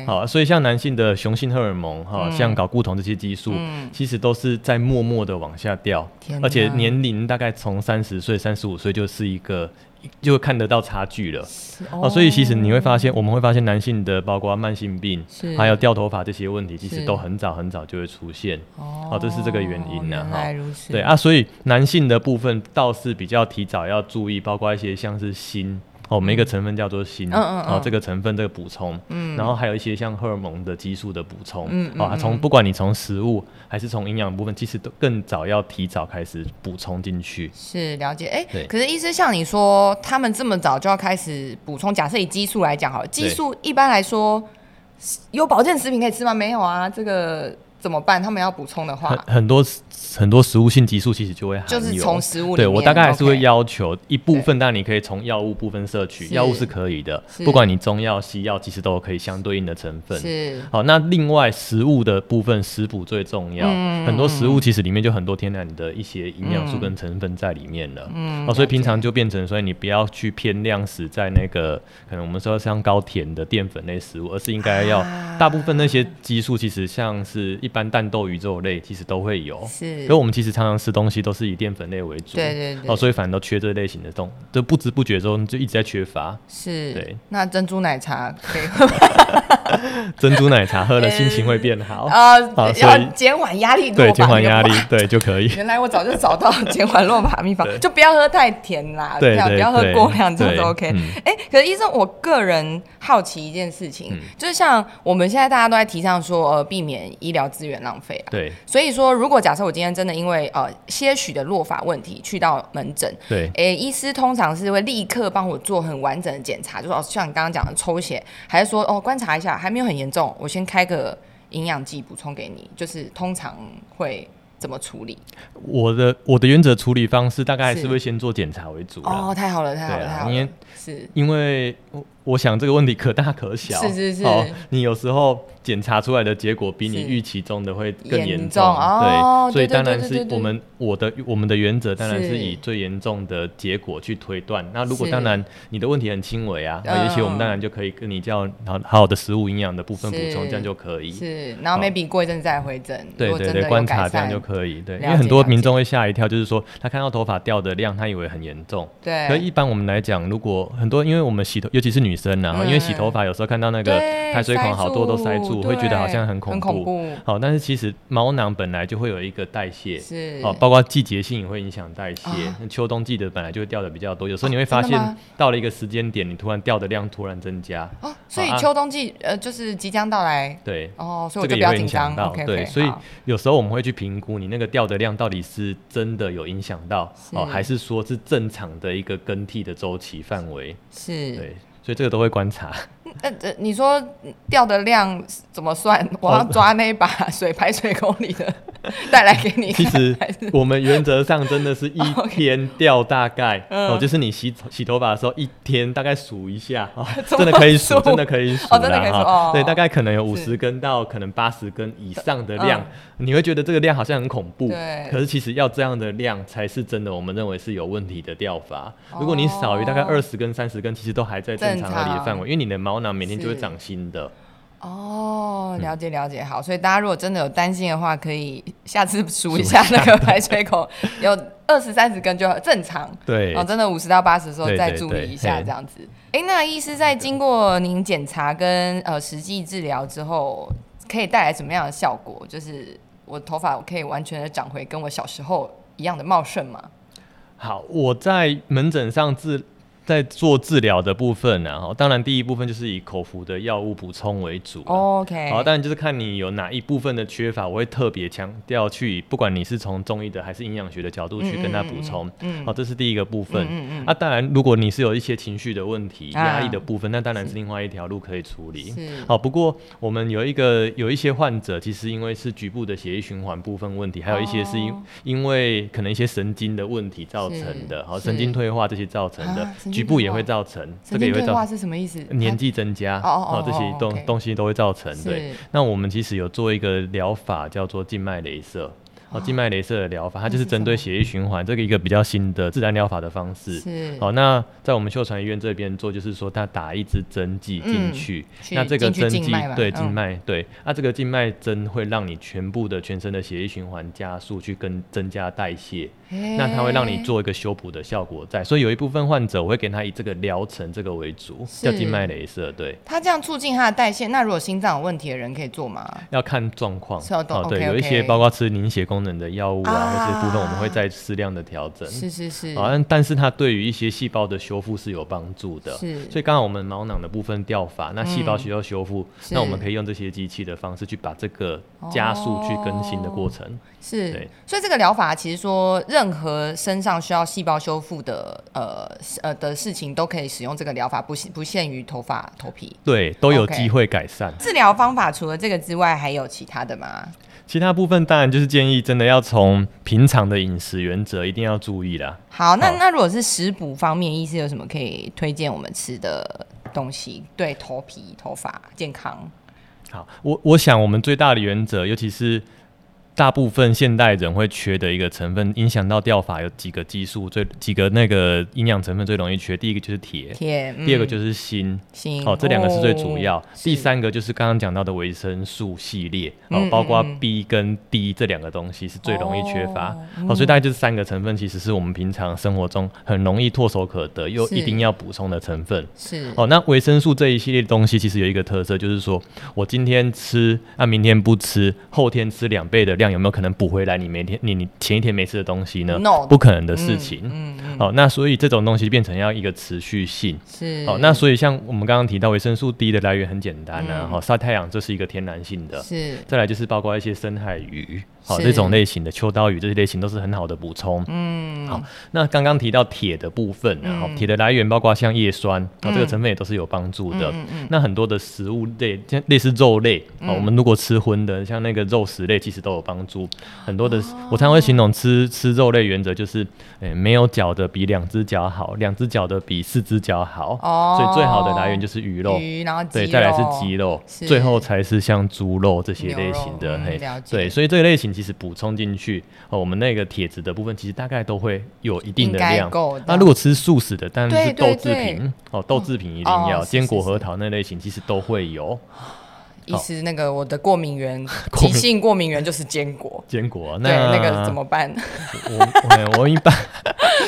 [SPEAKER 2] 对，
[SPEAKER 1] 好，所以像男性的雄性荷尔蒙
[SPEAKER 2] 嗯
[SPEAKER 1] 哈，像睾固酮这些激素，其实都是在默默的往下掉
[SPEAKER 2] 天，哪
[SPEAKER 1] 而且年龄大概从三十岁、三十五岁就是一个就看得到差距了。哦，所以其实你会发现，我们会发现男性的包括慢性病
[SPEAKER 2] 是，
[SPEAKER 1] 还有掉头发这些问题，其实
[SPEAKER 2] 是
[SPEAKER 1] 都很早很早就会出现。
[SPEAKER 2] 哦
[SPEAKER 1] 哦这是这个原因啊
[SPEAKER 2] 原
[SPEAKER 1] 哈
[SPEAKER 2] 来如此，
[SPEAKER 1] 对，啊，所以男性的部分倒是比较提早要注意，包括一些像是锌。哦，我们一个成分叫做锌，
[SPEAKER 2] 嗯嗯嗯
[SPEAKER 1] 哦，这个成分这个补充，嗯，然后还有一些像荷尔蒙的激素的补充，嗯，啊、从不管你从食物还是从营养部分，其实都更早要提早开始补充进去，
[SPEAKER 2] 是了解，哎、
[SPEAKER 1] 对
[SPEAKER 2] 可是医师像你说，他们这么早就要开始补充，假设以激素来讲好了，激素一般来说有保健食品可以吃吗？没有啊，这个怎么办？他们要补充的
[SPEAKER 1] 很
[SPEAKER 2] 话，
[SPEAKER 1] 很多很多食物性激素其实就会含
[SPEAKER 2] 就是
[SPEAKER 1] 有
[SPEAKER 2] 从食物里面，
[SPEAKER 1] 对我大概还是会
[SPEAKER 2] OK
[SPEAKER 1] 要求一部分，但你可以从药物部分摄取，
[SPEAKER 2] 是
[SPEAKER 1] 药物是可以的
[SPEAKER 2] 是，
[SPEAKER 1] 不管你中药、西药，其实都有可以相对应的成分。
[SPEAKER 2] 是
[SPEAKER 1] 好，那另外食物的部分，食补最重
[SPEAKER 2] 嗯
[SPEAKER 1] 要。很多食物其实里面就很多天然的一些营养素跟
[SPEAKER 2] 嗯
[SPEAKER 1] 成分在里面了。嗯，哦，所以平常就变成，哎所以你不要去偏量食在那个可能我们说像高甜的淀粉类食物，而是应该要
[SPEAKER 2] 啊
[SPEAKER 1] 大部分那些激素，其实像是一般蛋豆鱼肉类，其实都会有。
[SPEAKER 2] 是
[SPEAKER 1] 所以我们其实常常吃东西都是以淀粉类为主，
[SPEAKER 2] 对对对
[SPEAKER 1] 哦，所以反而都缺这类型的动，就不知不觉中就一直在缺乏。
[SPEAKER 2] 是
[SPEAKER 1] 对，
[SPEAKER 2] 那珍珠奶茶
[SPEAKER 1] <laughs>
[SPEAKER 2] 可以
[SPEAKER 1] 珍珠奶茶
[SPEAKER 2] <laughs> 哎
[SPEAKER 1] 喝了心情会变好，
[SPEAKER 2] 啊
[SPEAKER 1] 好，所
[SPEAKER 2] 要
[SPEAKER 1] 以
[SPEAKER 2] 减缓压力，
[SPEAKER 1] 对，
[SPEAKER 2] 落
[SPEAKER 1] 减
[SPEAKER 2] 榜
[SPEAKER 1] 缓
[SPEAKER 2] 的
[SPEAKER 1] 压力
[SPEAKER 2] 话，
[SPEAKER 1] 对就
[SPEAKER 2] <laughs>
[SPEAKER 1] 可以。
[SPEAKER 2] 原来我早就找到减缓落马秘方，就不要喝太甜啦，
[SPEAKER 1] 对
[SPEAKER 2] 不要
[SPEAKER 1] 对
[SPEAKER 2] 不要喝
[SPEAKER 1] 对
[SPEAKER 2] 过量，这样
[SPEAKER 1] 对
[SPEAKER 2] 就 OK
[SPEAKER 1] 嗯。
[SPEAKER 2] 哎、可是医生，我个人好奇一件事
[SPEAKER 1] 嗯
[SPEAKER 2] 情，就是像我们现在大家都在提倡说，呃，避免医疗资源浪费啊。
[SPEAKER 1] 对
[SPEAKER 2] 所以说，如果假设我今天真的因为呃些许的落发问题去到门诊，
[SPEAKER 1] 对
[SPEAKER 2] 诶，医师通常是会立刻帮我做很完整的检查，就是哦，像你刚刚讲的抽血，还是说哦观察一下，还没有很严重，我先开个营养剂补充给你，就是通常会怎么处理？
[SPEAKER 1] 我的我的原则处理方式大概还是
[SPEAKER 2] 是
[SPEAKER 1] 会先做检查为主啦。
[SPEAKER 2] 哦哦，太好了，太好了，
[SPEAKER 1] 对啊
[SPEAKER 2] 太好了，
[SPEAKER 1] 因为
[SPEAKER 2] 是
[SPEAKER 1] 因为我我想这个问题可大可小，
[SPEAKER 2] 是是是
[SPEAKER 1] 哦，你有时候检查出来的结果比你
[SPEAKER 2] 是
[SPEAKER 1] 预期中的会更
[SPEAKER 2] 严
[SPEAKER 1] 严
[SPEAKER 2] 重哦
[SPEAKER 1] 对，所以
[SPEAKER 2] 对对
[SPEAKER 1] 当
[SPEAKER 2] 对
[SPEAKER 1] 然
[SPEAKER 2] 对
[SPEAKER 1] 是
[SPEAKER 2] 对对
[SPEAKER 1] 我们我的我们的原则当然
[SPEAKER 2] 是
[SPEAKER 1] 是以最严重的结果去推断。那如果
[SPEAKER 2] 是
[SPEAKER 1] 当然你的问题很轻微啊，
[SPEAKER 2] 嗯
[SPEAKER 1] 那也许我们当然就可以跟你叫好好好的食物营养的部分补充，
[SPEAKER 2] 是
[SPEAKER 1] 这样就可以。
[SPEAKER 2] 是，然后
[SPEAKER 1] 好
[SPEAKER 2] maybe 过一阵再回诊，
[SPEAKER 1] 对
[SPEAKER 2] 如果
[SPEAKER 1] 对
[SPEAKER 2] 真
[SPEAKER 1] 对，
[SPEAKER 2] 的有
[SPEAKER 1] 观
[SPEAKER 2] 改
[SPEAKER 1] 察这样
[SPEAKER 2] 善
[SPEAKER 1] 就可以。对，因
[SPEAKER 2] 了
[SPEAKER 1] 为很
[SPEAKER 2] 解
[SPEAKER 1] 多
[SPEAKER 2] 了
[SPEAKER 1] 民
[SPEAKER 2] 解
[SPEAKER 1] 众会吓一跳，就是说他看到头发掉的量，他以为很严重。
[SPEAKER 2] 对，
[SPEAKER 1] 可一般我们来讲，如果很多，因为我们洗头，尤其是女生啊，因为洗头发有时候看到那个
[SPEAKER 2] 嗯对
[SPEAKER 1] 排水
[SPEAKER 2] 塞
[SPEAKER 1] 孔好多都塞住，会觉得好
[SPEAKER 2] 对
[SPEAKER 1] 像
[SPEAKER 2] 很
[SPEAKER 1] 恐
[SPEAKER 2] 恐怖
[SPEAKER 1] 好，但是其实毛囊本来就会有一个代谢，
[SPEAKER 2] 是
[SPEAKER 1] 哦，包括季节性也会影响代谢
[SPEAKER 2] 啊。
[SPEAKER 1] 那秋冬季的本来就会掉的比较多，有时候你会发
[SPEAKER 2] 真的
[SPEAKER 1] 现
[SPEAKER 2] 吗
[SPEAKER 1] 到了一个时间点，你突然掉的量突然增加。
[SPEAKER 2] 哦，所以
[SPEAKER 1] 啊
[SPEAKER 2] 秋冬季呃就是即将到来
[SPEAKER 1] 对，
[SPEAKER 2] 哦，所
[SPEAKER 1] 这
[SPEAKER 2] 以我
[SPEAKER 1] 个
[SPEAKER 2] 就不
[SPEAKER 1] 也
[SPEAKER 2] 要
[SPEAKER 1] 会
[SPEAKER 2] 紧
[SPEAKER 1] 影
[SPEAKER 2] 张
[SPEAKER 1] 响到。
[SPEAKER 2] ，OK，
[SPEAKER 1] 对，所以有时候我们会去评估你那个掉的量到底是真的有影响到哦，
[SPEAKER 2] 是
[SPEAKER 1] 还是说是正常的一个更替的周期范围。
[SPEAKER 2] 是
[SPEAKER 1] 对，所以这个都会观察。
[SPEAKER 2] 那呃你说掉的量怎么算？我要抓那一把水排水孔里的 <laughs> 带来给你
[SPEAKER 1] 其
[SPEAKER 2] 看，
[SPEAKER 1] 实
[SPEAKER 2] 还是 Oh,
[SPEAKER 1] 我们原则上真的
[SPEAKER 2] <laughs>
[SPEAKER 1] 是一天掉大概
[SPEAKER 2] 嗯，
[SPEAKER 1] 哦，就是你洗洗头发的时候一天大概数一下哦
[SPEAKER 2] <laughs> 怎么
[SPEAKER 1] 真的可以数
[SPEAKER 2] 数，
[SPEAKER 1] 真的可以数
[SPEAKER 2] 哦真的可以数
[SPEAKER 1] 啦
[SPEAKER 2] 哦
[SPEAKER 1] 对，大概可能有五
[SPEAKER 2] 是
[SPEAKER 1] 十根到可能八十根以上的量
[SPEAKER 2] 嗯，
[SPEAKER 1] 你会觉得这个量好像很恐怖
[SPEAKER 2] 对，
[SPEAKER 1] 可是其实要这样的量才是真的我们认为是有问题的掉法。如果你少于大概
[SPEAKER 2] 哦
[SPEAKER 1] 二十根、三十根，其实都还在正常合理的范
[SPEAKER 2] 正常
[SPEAKER 1] 围，因为你的毛囊每天就会
[SPEAKER 2] 是
[SPEAKER 1] 长新的。
[SPEAKER 2] 哦，了解了解，好，所以大家如果真的有担心的话，可以下次数一下那个排水口，有二十三十根就正常。
[SPEAKER 1] 对
[SPEAKER 2] 哦，，真的五十到八十的时候
[SPEAKER 1] 对
[SPEAKER 2] 再
[SPEAKER 1] 对
[SPEAKER 2] 注
[SPEAKER 1] 对
[SPEAKER 2] 意一下
[SPEAKER 1] 嘿
[SPEAKER 2] 这样子。哎、那医师在经过您检查跟呃实际治疗之后，可以带来什么样的效果？就是我头发可以完全的长回跟我小时候一样的茂盛吗？
[SPEAKER 1] 好，我在门诊上治在做治疗的部分呢、啊，哦当然第一部分就是以口服的药物补充为主、
[SPEAKER 2] 嗯
[SPEAKER 1] 啊。
[SPEAKER 2] 哦 OK，
[SPEAKER 1] 好，当然就是看你有哪一部分的缺乏，我会特别强调去，不管你是从中医的还是营养学的角度去跟他补充。
[SPEAKER 2] 嗯
[SPEAKER 1] 好，这是第一个部分。
[SPEAKER 2] 嗯嗯
[SPEAKER 1] 啊，当然，如果你是有一些情绪的问题、
[SPEAKER 2] 啊
[SPEAKER 1] 压力的部分，那当然是另外一条路可以处理。
[SPEAKER 2] 是
[SPEAKER 1] 好，不过我们有一个有一些患者，其实因为是局部的血液循环部分问题，还有一些是因、
[SPEAKER 2] 哦
[SPEAKER 1] 因为可能一些神经的问题造成的，
[SPEAKER 2] 是
[SPEAKER 1] 好，
[SPEAKER 2] 是
[SPEAKER 1] 神经退化这些造成的，
[SPEAKER 2] 啊神经
[SPEAKER 1] 局部也
[SPEAKER 2] 退化
[SPEAKER 1] 会造成，这
[SPEAKER 2] 神
[SPEAKER 1] 个也会
[SPEAKER 2] 经退
[SPEAKER 1] 造
[SPEAKER 2] 化
[SPEAKER 1] 成
[SPEAKER 2] 是什么意思？啊
[SPEAKER 1] 年纪增加，
[SPEAKER 2] 哦哦哦
[SPEAKER 1] 这些
[SPEAKER 2] 哦
[SPEAKER 1] 东
[SPEAKER 2] OK
[SPEAKER 1] 东西都会造成
[SPEAKER 2] 它。
[SPEAKER 1] 对
[SPEAKER 2] 是，
[SPEAKER 1] 那我们其实有做一个疗法叫做静脉镭射。哦，静脉镭射的疗法，它就是针
[SPEAKER 2] 哦
[SPEAKER 1] 对血液循环这个一个比较新的自然疗法的方式。
[SPEAKER 2] 是
[SPEAKER 1] 好，那在我们秀传医院这边做，就是说他打一支针剂进
[SPEAKER 2] 嗯
[SPEAKER 1] 去，
[SPEAKER 2] 去
[SPEAKER 1] 那这个
[SPEAKER 2] 进去
[SPEAKER 1] 针
[SPEAKER 2] 静
[SPEAKER 1] 剂
[SPEAKER 2] 脉吧
[SPEAKER 1] 对
[SPEAKER 2] 嗯
[SPEAKER 1] 静脉、对，那、这个静脉针会让你全部的全身的血液循环加速去跟增加代谢，那它会让你
[SPEAKER 2] 嘿
[SPEAKER 1] 做一个修补的效果在，所以有一部分患者我会给他以这个疗程这个为主，叫
[SPEAKER 2] 是
[SPEAKER 1] 静脉镭射，对。
[SPEAKER 2] 它这样促进它的代谢。那如果心脏有问题的人可以做吗？
[SPEAKER 1] 要看状况哦
[SPEAKER 2] 是要动
[SPEAKER 1] 对，
[SPEAKER 2] OK，OK
[SPEAKER 1] 有一些包括吃凝血功能的药物啊，
[SPEAKER 2] 啊
[SPEAKER 1] 或是部分我们会再适量的调整。
[SPEAKER 2] 是是是，
[SPEAKER 1] 嗯好，啊但但是它对于一些细胞的修复是有帮助的。
[SPEAKER 2] 是
[SPEAKER 1] 啊所以刚好我们毛囊的部分掉发，那细胞需要修复，
[SPEAKER 2] 嗯是
[SPEAKER 1] 那我们可以用这些机器的方式去把这个加速去更新的过程。
[SPEAKER 2] 是
[SPEAKER 1] 对，
[SPEAKER 2] 所以这个疗法其实说，任何身上需要细胞修复的呃是呃的事情都可以使用这个疗法，不限不限于头发、头皮。
[SPEAKER 1] 对，都有
[SPEAKER 2] OK
[SPEAKER 1] 机会改善。
[SPEAKER 2] 治疗方法除了这个之外，还有其他的吗？
[SPEAKER 1] 其他部分当然就是建议真的要从平常的饮食原则一定要注意啦。
[SPEAKER 2] 好，那
[SPEAKER 1] 好
[SPEAKER 2] 那如果是食补方面，医师有什么可以推荐我们吃的东西？对头皮、头发健康
[SPEAKER 1] 好，我我想我们最大的原则，尤其是大部分现代人会缺的一个成分，影响到掉发有几个激素，最几个那个营养成分最容易缺，第一个就是铁，
[SPEAKER 2] 贴，嗯
[SPEAKER 1] 第二个就是锌。
[SPEAKER 2] 锌
[SPEAKER 1] 哦，这两个是最主要。
[SPEAKER 2] 哦
[SPEAKER 1] 第
[SPEAKER 2] 是
[SPEAKER 1] 三个就是刚刚讲到的维生素系列，哦，
[SPEAKER 2] 嗯
[SPEAKER 1] 包括
[SPEAKER 2] 嗯嗯
[SPEAKER 1] B 跟 D 这两个东西是最容易缺乏。
[SPEAKER 2] 哦
[SPEAKER 1] 哦所以大概就是三个成分，其实是我们平常生活中很容易唾手可得又
[SPEAKER 2] 是
[SPEAKER 1] 一定要补充的成分。
[SPEAKER 2] 嗯是
[SPEAKER 1] 哦，那维生素这一系列的东西，其实有一个特色，就是说我今天吃，那、明天不吃，后天吃两倍的量，有没有可能补回来你每天你你前一天没吃的东西呢
[SPEAKER 2] No
[SPEAKER 1] 不可能的事情。
[SPEAKER 2] 嗯嗯
[SPEAKER 1] 好、那所以这种东西变成要一个持续性。
[SPEAKER 2] 是
[SPEAKER 1] 好、哦那所以像我们刚刚提到维生素 D 的来源很简单啊，
[SPEAKER 2] 嗯
[SPEAKER 1] 好、晒太阳这是一个天然性的，
[SPEAKER 2] 是
[SPEAKER 1] 再来就是包括一些深海鱼，好、
[SPEAKER 2] 是
[SPEAKER 1] 这种类型的秋刀鱼这些类型都是很好的补充。
[SPEAKER 2] 嗯，
[SPEAKER 1] 好，那刚刚提到铁的部分啊，然后铁的来源包括像叶酸，
[SPEAKER 2] 嗯
[SPEAKER 1] 啊、这个成分也都是有帮助的。那很多的食物类，像类似肉类，
[SPEAKER 2] 嗯
[SPEAKER 1] 啊、我们如果吃荤的，像那个肉食类，其实都有帮助。很多的，
[SPEAKER 2] 哦
[SPEAKER 1] 我常会形容吃吃肉类原则就是，诶、没有脚的比两只脚好，两只脚的比四只脚好。
[SPEAKER 2] 哦
[SPEAKER 1] 所以最好的来源就是鱼肉。
[SPEAKER 2] 鱼，然后鸡
[SPEAKER 1] 对，
[SPEAKER 2] 肉，
[SPEAKER 1] 再来是鸡肉，
[SPEAKER 2] 是
[SPEAKER 1] 最后才是像猪肉这些
[SPEAKER 2] 牛
[SPEAKER 1] 类型的，
[SPEAKER 2] 肉嗯
[SPEAKER 1] 嘿
[SPEAKER 2] 了，解
[SPEAKER 1] 对，所以这个类型其实补充进去，哦，我们那个铁质的部分其实大概都会有一定的
[SPEAKER 2] 应该
[SPEAKER 1] 量
[SPEAKER 2] 够的。
[SPEAKER 1] 那如果吃素食的，当然是
[SPEAKER 2] 对
[SPEAKER 1] 豆制
[SPEAKER 2] 对
[SPEAKER 1] 品，哦，豆制品一定
[SPEAKER 2] 哦
[SPEAKER 1] 要，
[SPEAKER 2] 是
[SPEAKER 1] 坚果、
[SPEAKER 2] 是是
[SPEAKER 1] 核桃那类型其实都会有
[SPEAKER 2] 意思那个我的过敏源，
[SPEAKER 1] <laughs> 过敏
[SPEAKER 2] 急性过敏源就是坚
[SPEAKER 1] <laughs>
[SPEAKER 2] 果。
[SPEAKER 1] 坚果啊。
[SPEAKER 2] 对，那个怎
[SPEAKER 1] 么？
[SPEAKER 2] 么办？ <laughs>
[SPEAKER 1] 我我我一般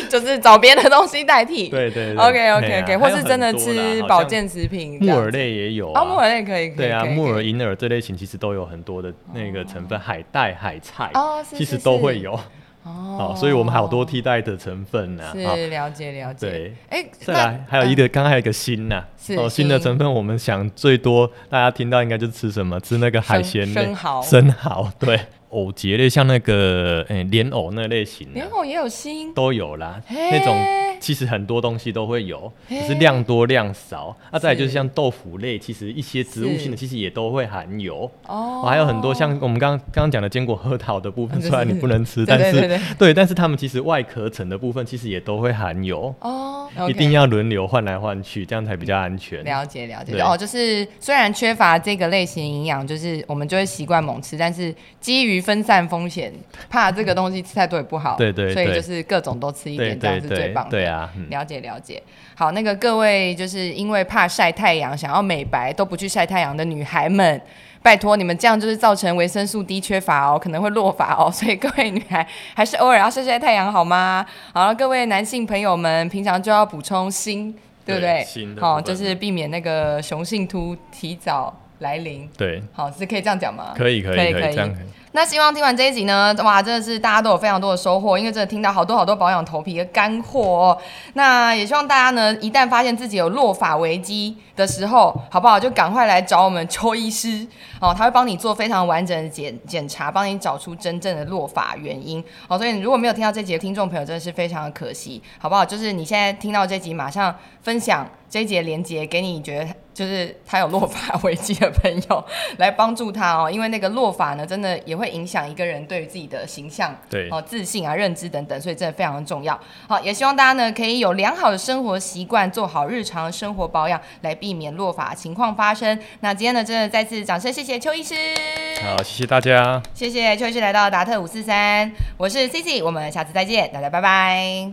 [SPEAKER 2] 就是找别的东西代替。
[SPEAKER 1] 对对
[SPEAKER 2] OK OK
[SPEAKER 1] 嘿
[SPEAKER 2] OK，
[SPEAKER 1] 啊
[SPEAKER 2] 或
[SPEAKER 1] 还有
[SPEAKER 2] 是真的
[SPEAKER 1] 很多啦
[SPEAKER 2] 吃
[SPEAKER 1] 好
[SPEAKER 2] 保
[SPEAKER 1] 像
[SPEAKER 2] 健食品
[SPEAKER 1] 木
[SPEAKER 2] 这样子，
[SPEAKER 1] 耳类也有
[SPEAKER 2] 哦，木耳类可以，
[SPEAKER 1] 啊
[SPEAKER 2] 可以
[SPEAKER 1] 对啊，
[SPEAKER 2] 可以
[SPEAKER 1] 木
[SPEAKER 2] 可
[SPEAKER 1] 耳、
[SPEAKER 2] 以
[SPEAKER 1] 银耳这类型其实都有很多的那个成分，海带、海菜
[SPEAKER 2] 哦是
[SPEAKER 1] 其实
[SPEAKER 2] 是
[SPEAKER 1] 都会
[SPEAKER 2] 是
[SPEAKER 1] 有。
[SPEAKER 2] 哦
[SPEAKER 1] 哦，所以我们好多替代的成分呢、啊。
[SPEAKER 2] 是了解了解。
[SPEAKER 1] 对，
[SPEAKER 2] 哎，
[SPEAKER 1] 再来还有一
[SPEAKER 2] 个
[SPEAKER 1] 个，刚刚还有一个锌呐、
[SPEAKER 2] 是
[SPEAKER 1] 哦，锌的
[SPEAKER 2] 锌
[SPEAKER 1] 成分，我们想最多大家听到应该就是吃什么？吃那个海
[SPEAKER 2] 生
[SPEAKER 1] 鲜类
[SPEAKER 2] 生蚝
[SPEAKER 1] 生蚝， <laughs> 对，藕节类，像那个诶莲藕那类型、
[SPEAKER 2] 莲
[SPEAKER 1] 啊，
[SPEAKER 2] 呃哎哦藕也有锌，
[SPEAKER 1] 都有啦。
[SPEAKER 2] 嘿
[SPEAKER 1] 那种其实很多东西都会有，只是
[SPEAKER 2] 嘿
[SPEAKER 1] 量多量少。啊，再来就是
[SPEAKER 2] 是
[SPEAKER 1] 像豆腐类，其实一些植物性的
[SPEAKER 2] 是
[SPEAKER 1] 其实也都会含有。
[SPEAKER 2] 哦
[SPEAKER 1] 哦，还有很多像我们刚刚刚讲的坚果核桃的部分，
[SPEAKER 2] <laughs> 就是
[SPEAKER 1] 虽然你不能吃，
[SPEAKER 2] 对
[SPEAKER 1] 但是
[SPEAKER 2] 对对
[SPEAKER 1] <laughs> 对，但是它们其实外壳层的部分其实也都会含有，
[SPEAKER 2] 哦，
[SPEAKER 1] 一定
[SPEAKER 2] 要。
[SPEAKER 1] 要轮流换来换去，这样才比较安全。
[SPEAKER 2] 了解了解
[SPEAKER 1] 对
[SPEAKER 2] 哦，就是虽然缺乏这个类型营养，就是我们就会习惯猛吃，但是基于分散风险，怕这个东西吃太多也不好，
[SPEAKER 1] 对对
[SPEAKER 2] 所以
[SPEAKER 1] 对
[SPEAKER 2] 就是各种都吃一
[SPEAKER 1] 对
[SPEAKER 2] 点，这样
[SPEAKER 1] 对
[SPEAKER 2] 是最
[SPEAKER 1] 对
[SPEAKER 2] 棒的。
[SPEAKER 1] 对啊，嗯
[SPEAKER 2] 了解了解，好，那个各位就是因为怕晒太阳，想要美白都不去晒太阳的女孩们，拜托你们这样就是造成维生素 D 缺乏哦，可能会落发哦，所以各位女孩还是偶尔要晒晒太阳好吗？好了，各位男性朋友们，平常就要补充锌，对
[SPEAKER 1] 对
[SPEAKER 2] 不对？
[SPEAKER 1] 锌的部分
[SPEAKER 2] 哦，就是避免那个雄性秃提早来临。
[SPEAKER 1] 对，
[SPEAKER 2] 好，是可以这样讲吗？
[SPEAKER 1] 可以可以
[SPEAKER 2] 可
[SPEAKER 1] 可
[SPEAKER 2] 以
[SPEAKER 1] 以，这样可以
[SPEAKER 2] 那希望听完这一集呢，哇，真的是大家都有非常多的收获，因为真的听到好多好多保养头皮的干货哦。那也希望大家呢，一旦发现自己有落发危机的时候，好不好？就赶快来找我们邱医师哦，他会帮你做非常完整的检检查，帮你找出真正的落发原因哦。所以你如果没有听到这集的听众朋友，真的是非常的可惜，好不好？就是你现在听到这集，马上分享这一节连接给你觉得就是他有落发危机的朋友，来帮助他哦，因为那个落法呢，真的也会影响一个人对于自己的形象、
[SPEAKER 1] 对
[SPEAKER 2] 哦自信啊、认知等等，所以真的非常重要。好，也希望大家呢可以有良好的生活习惯，做好日常生活保养，来避免落法情况发生。那今天呢，真的再次掌声谢谢邱医师，
[SPEAKER 1] 好，谢谢大家。
[SPEAKER 2] 谢谢邱医师来到达特五四三，我是 C C，我们下次再见，大家拜拜。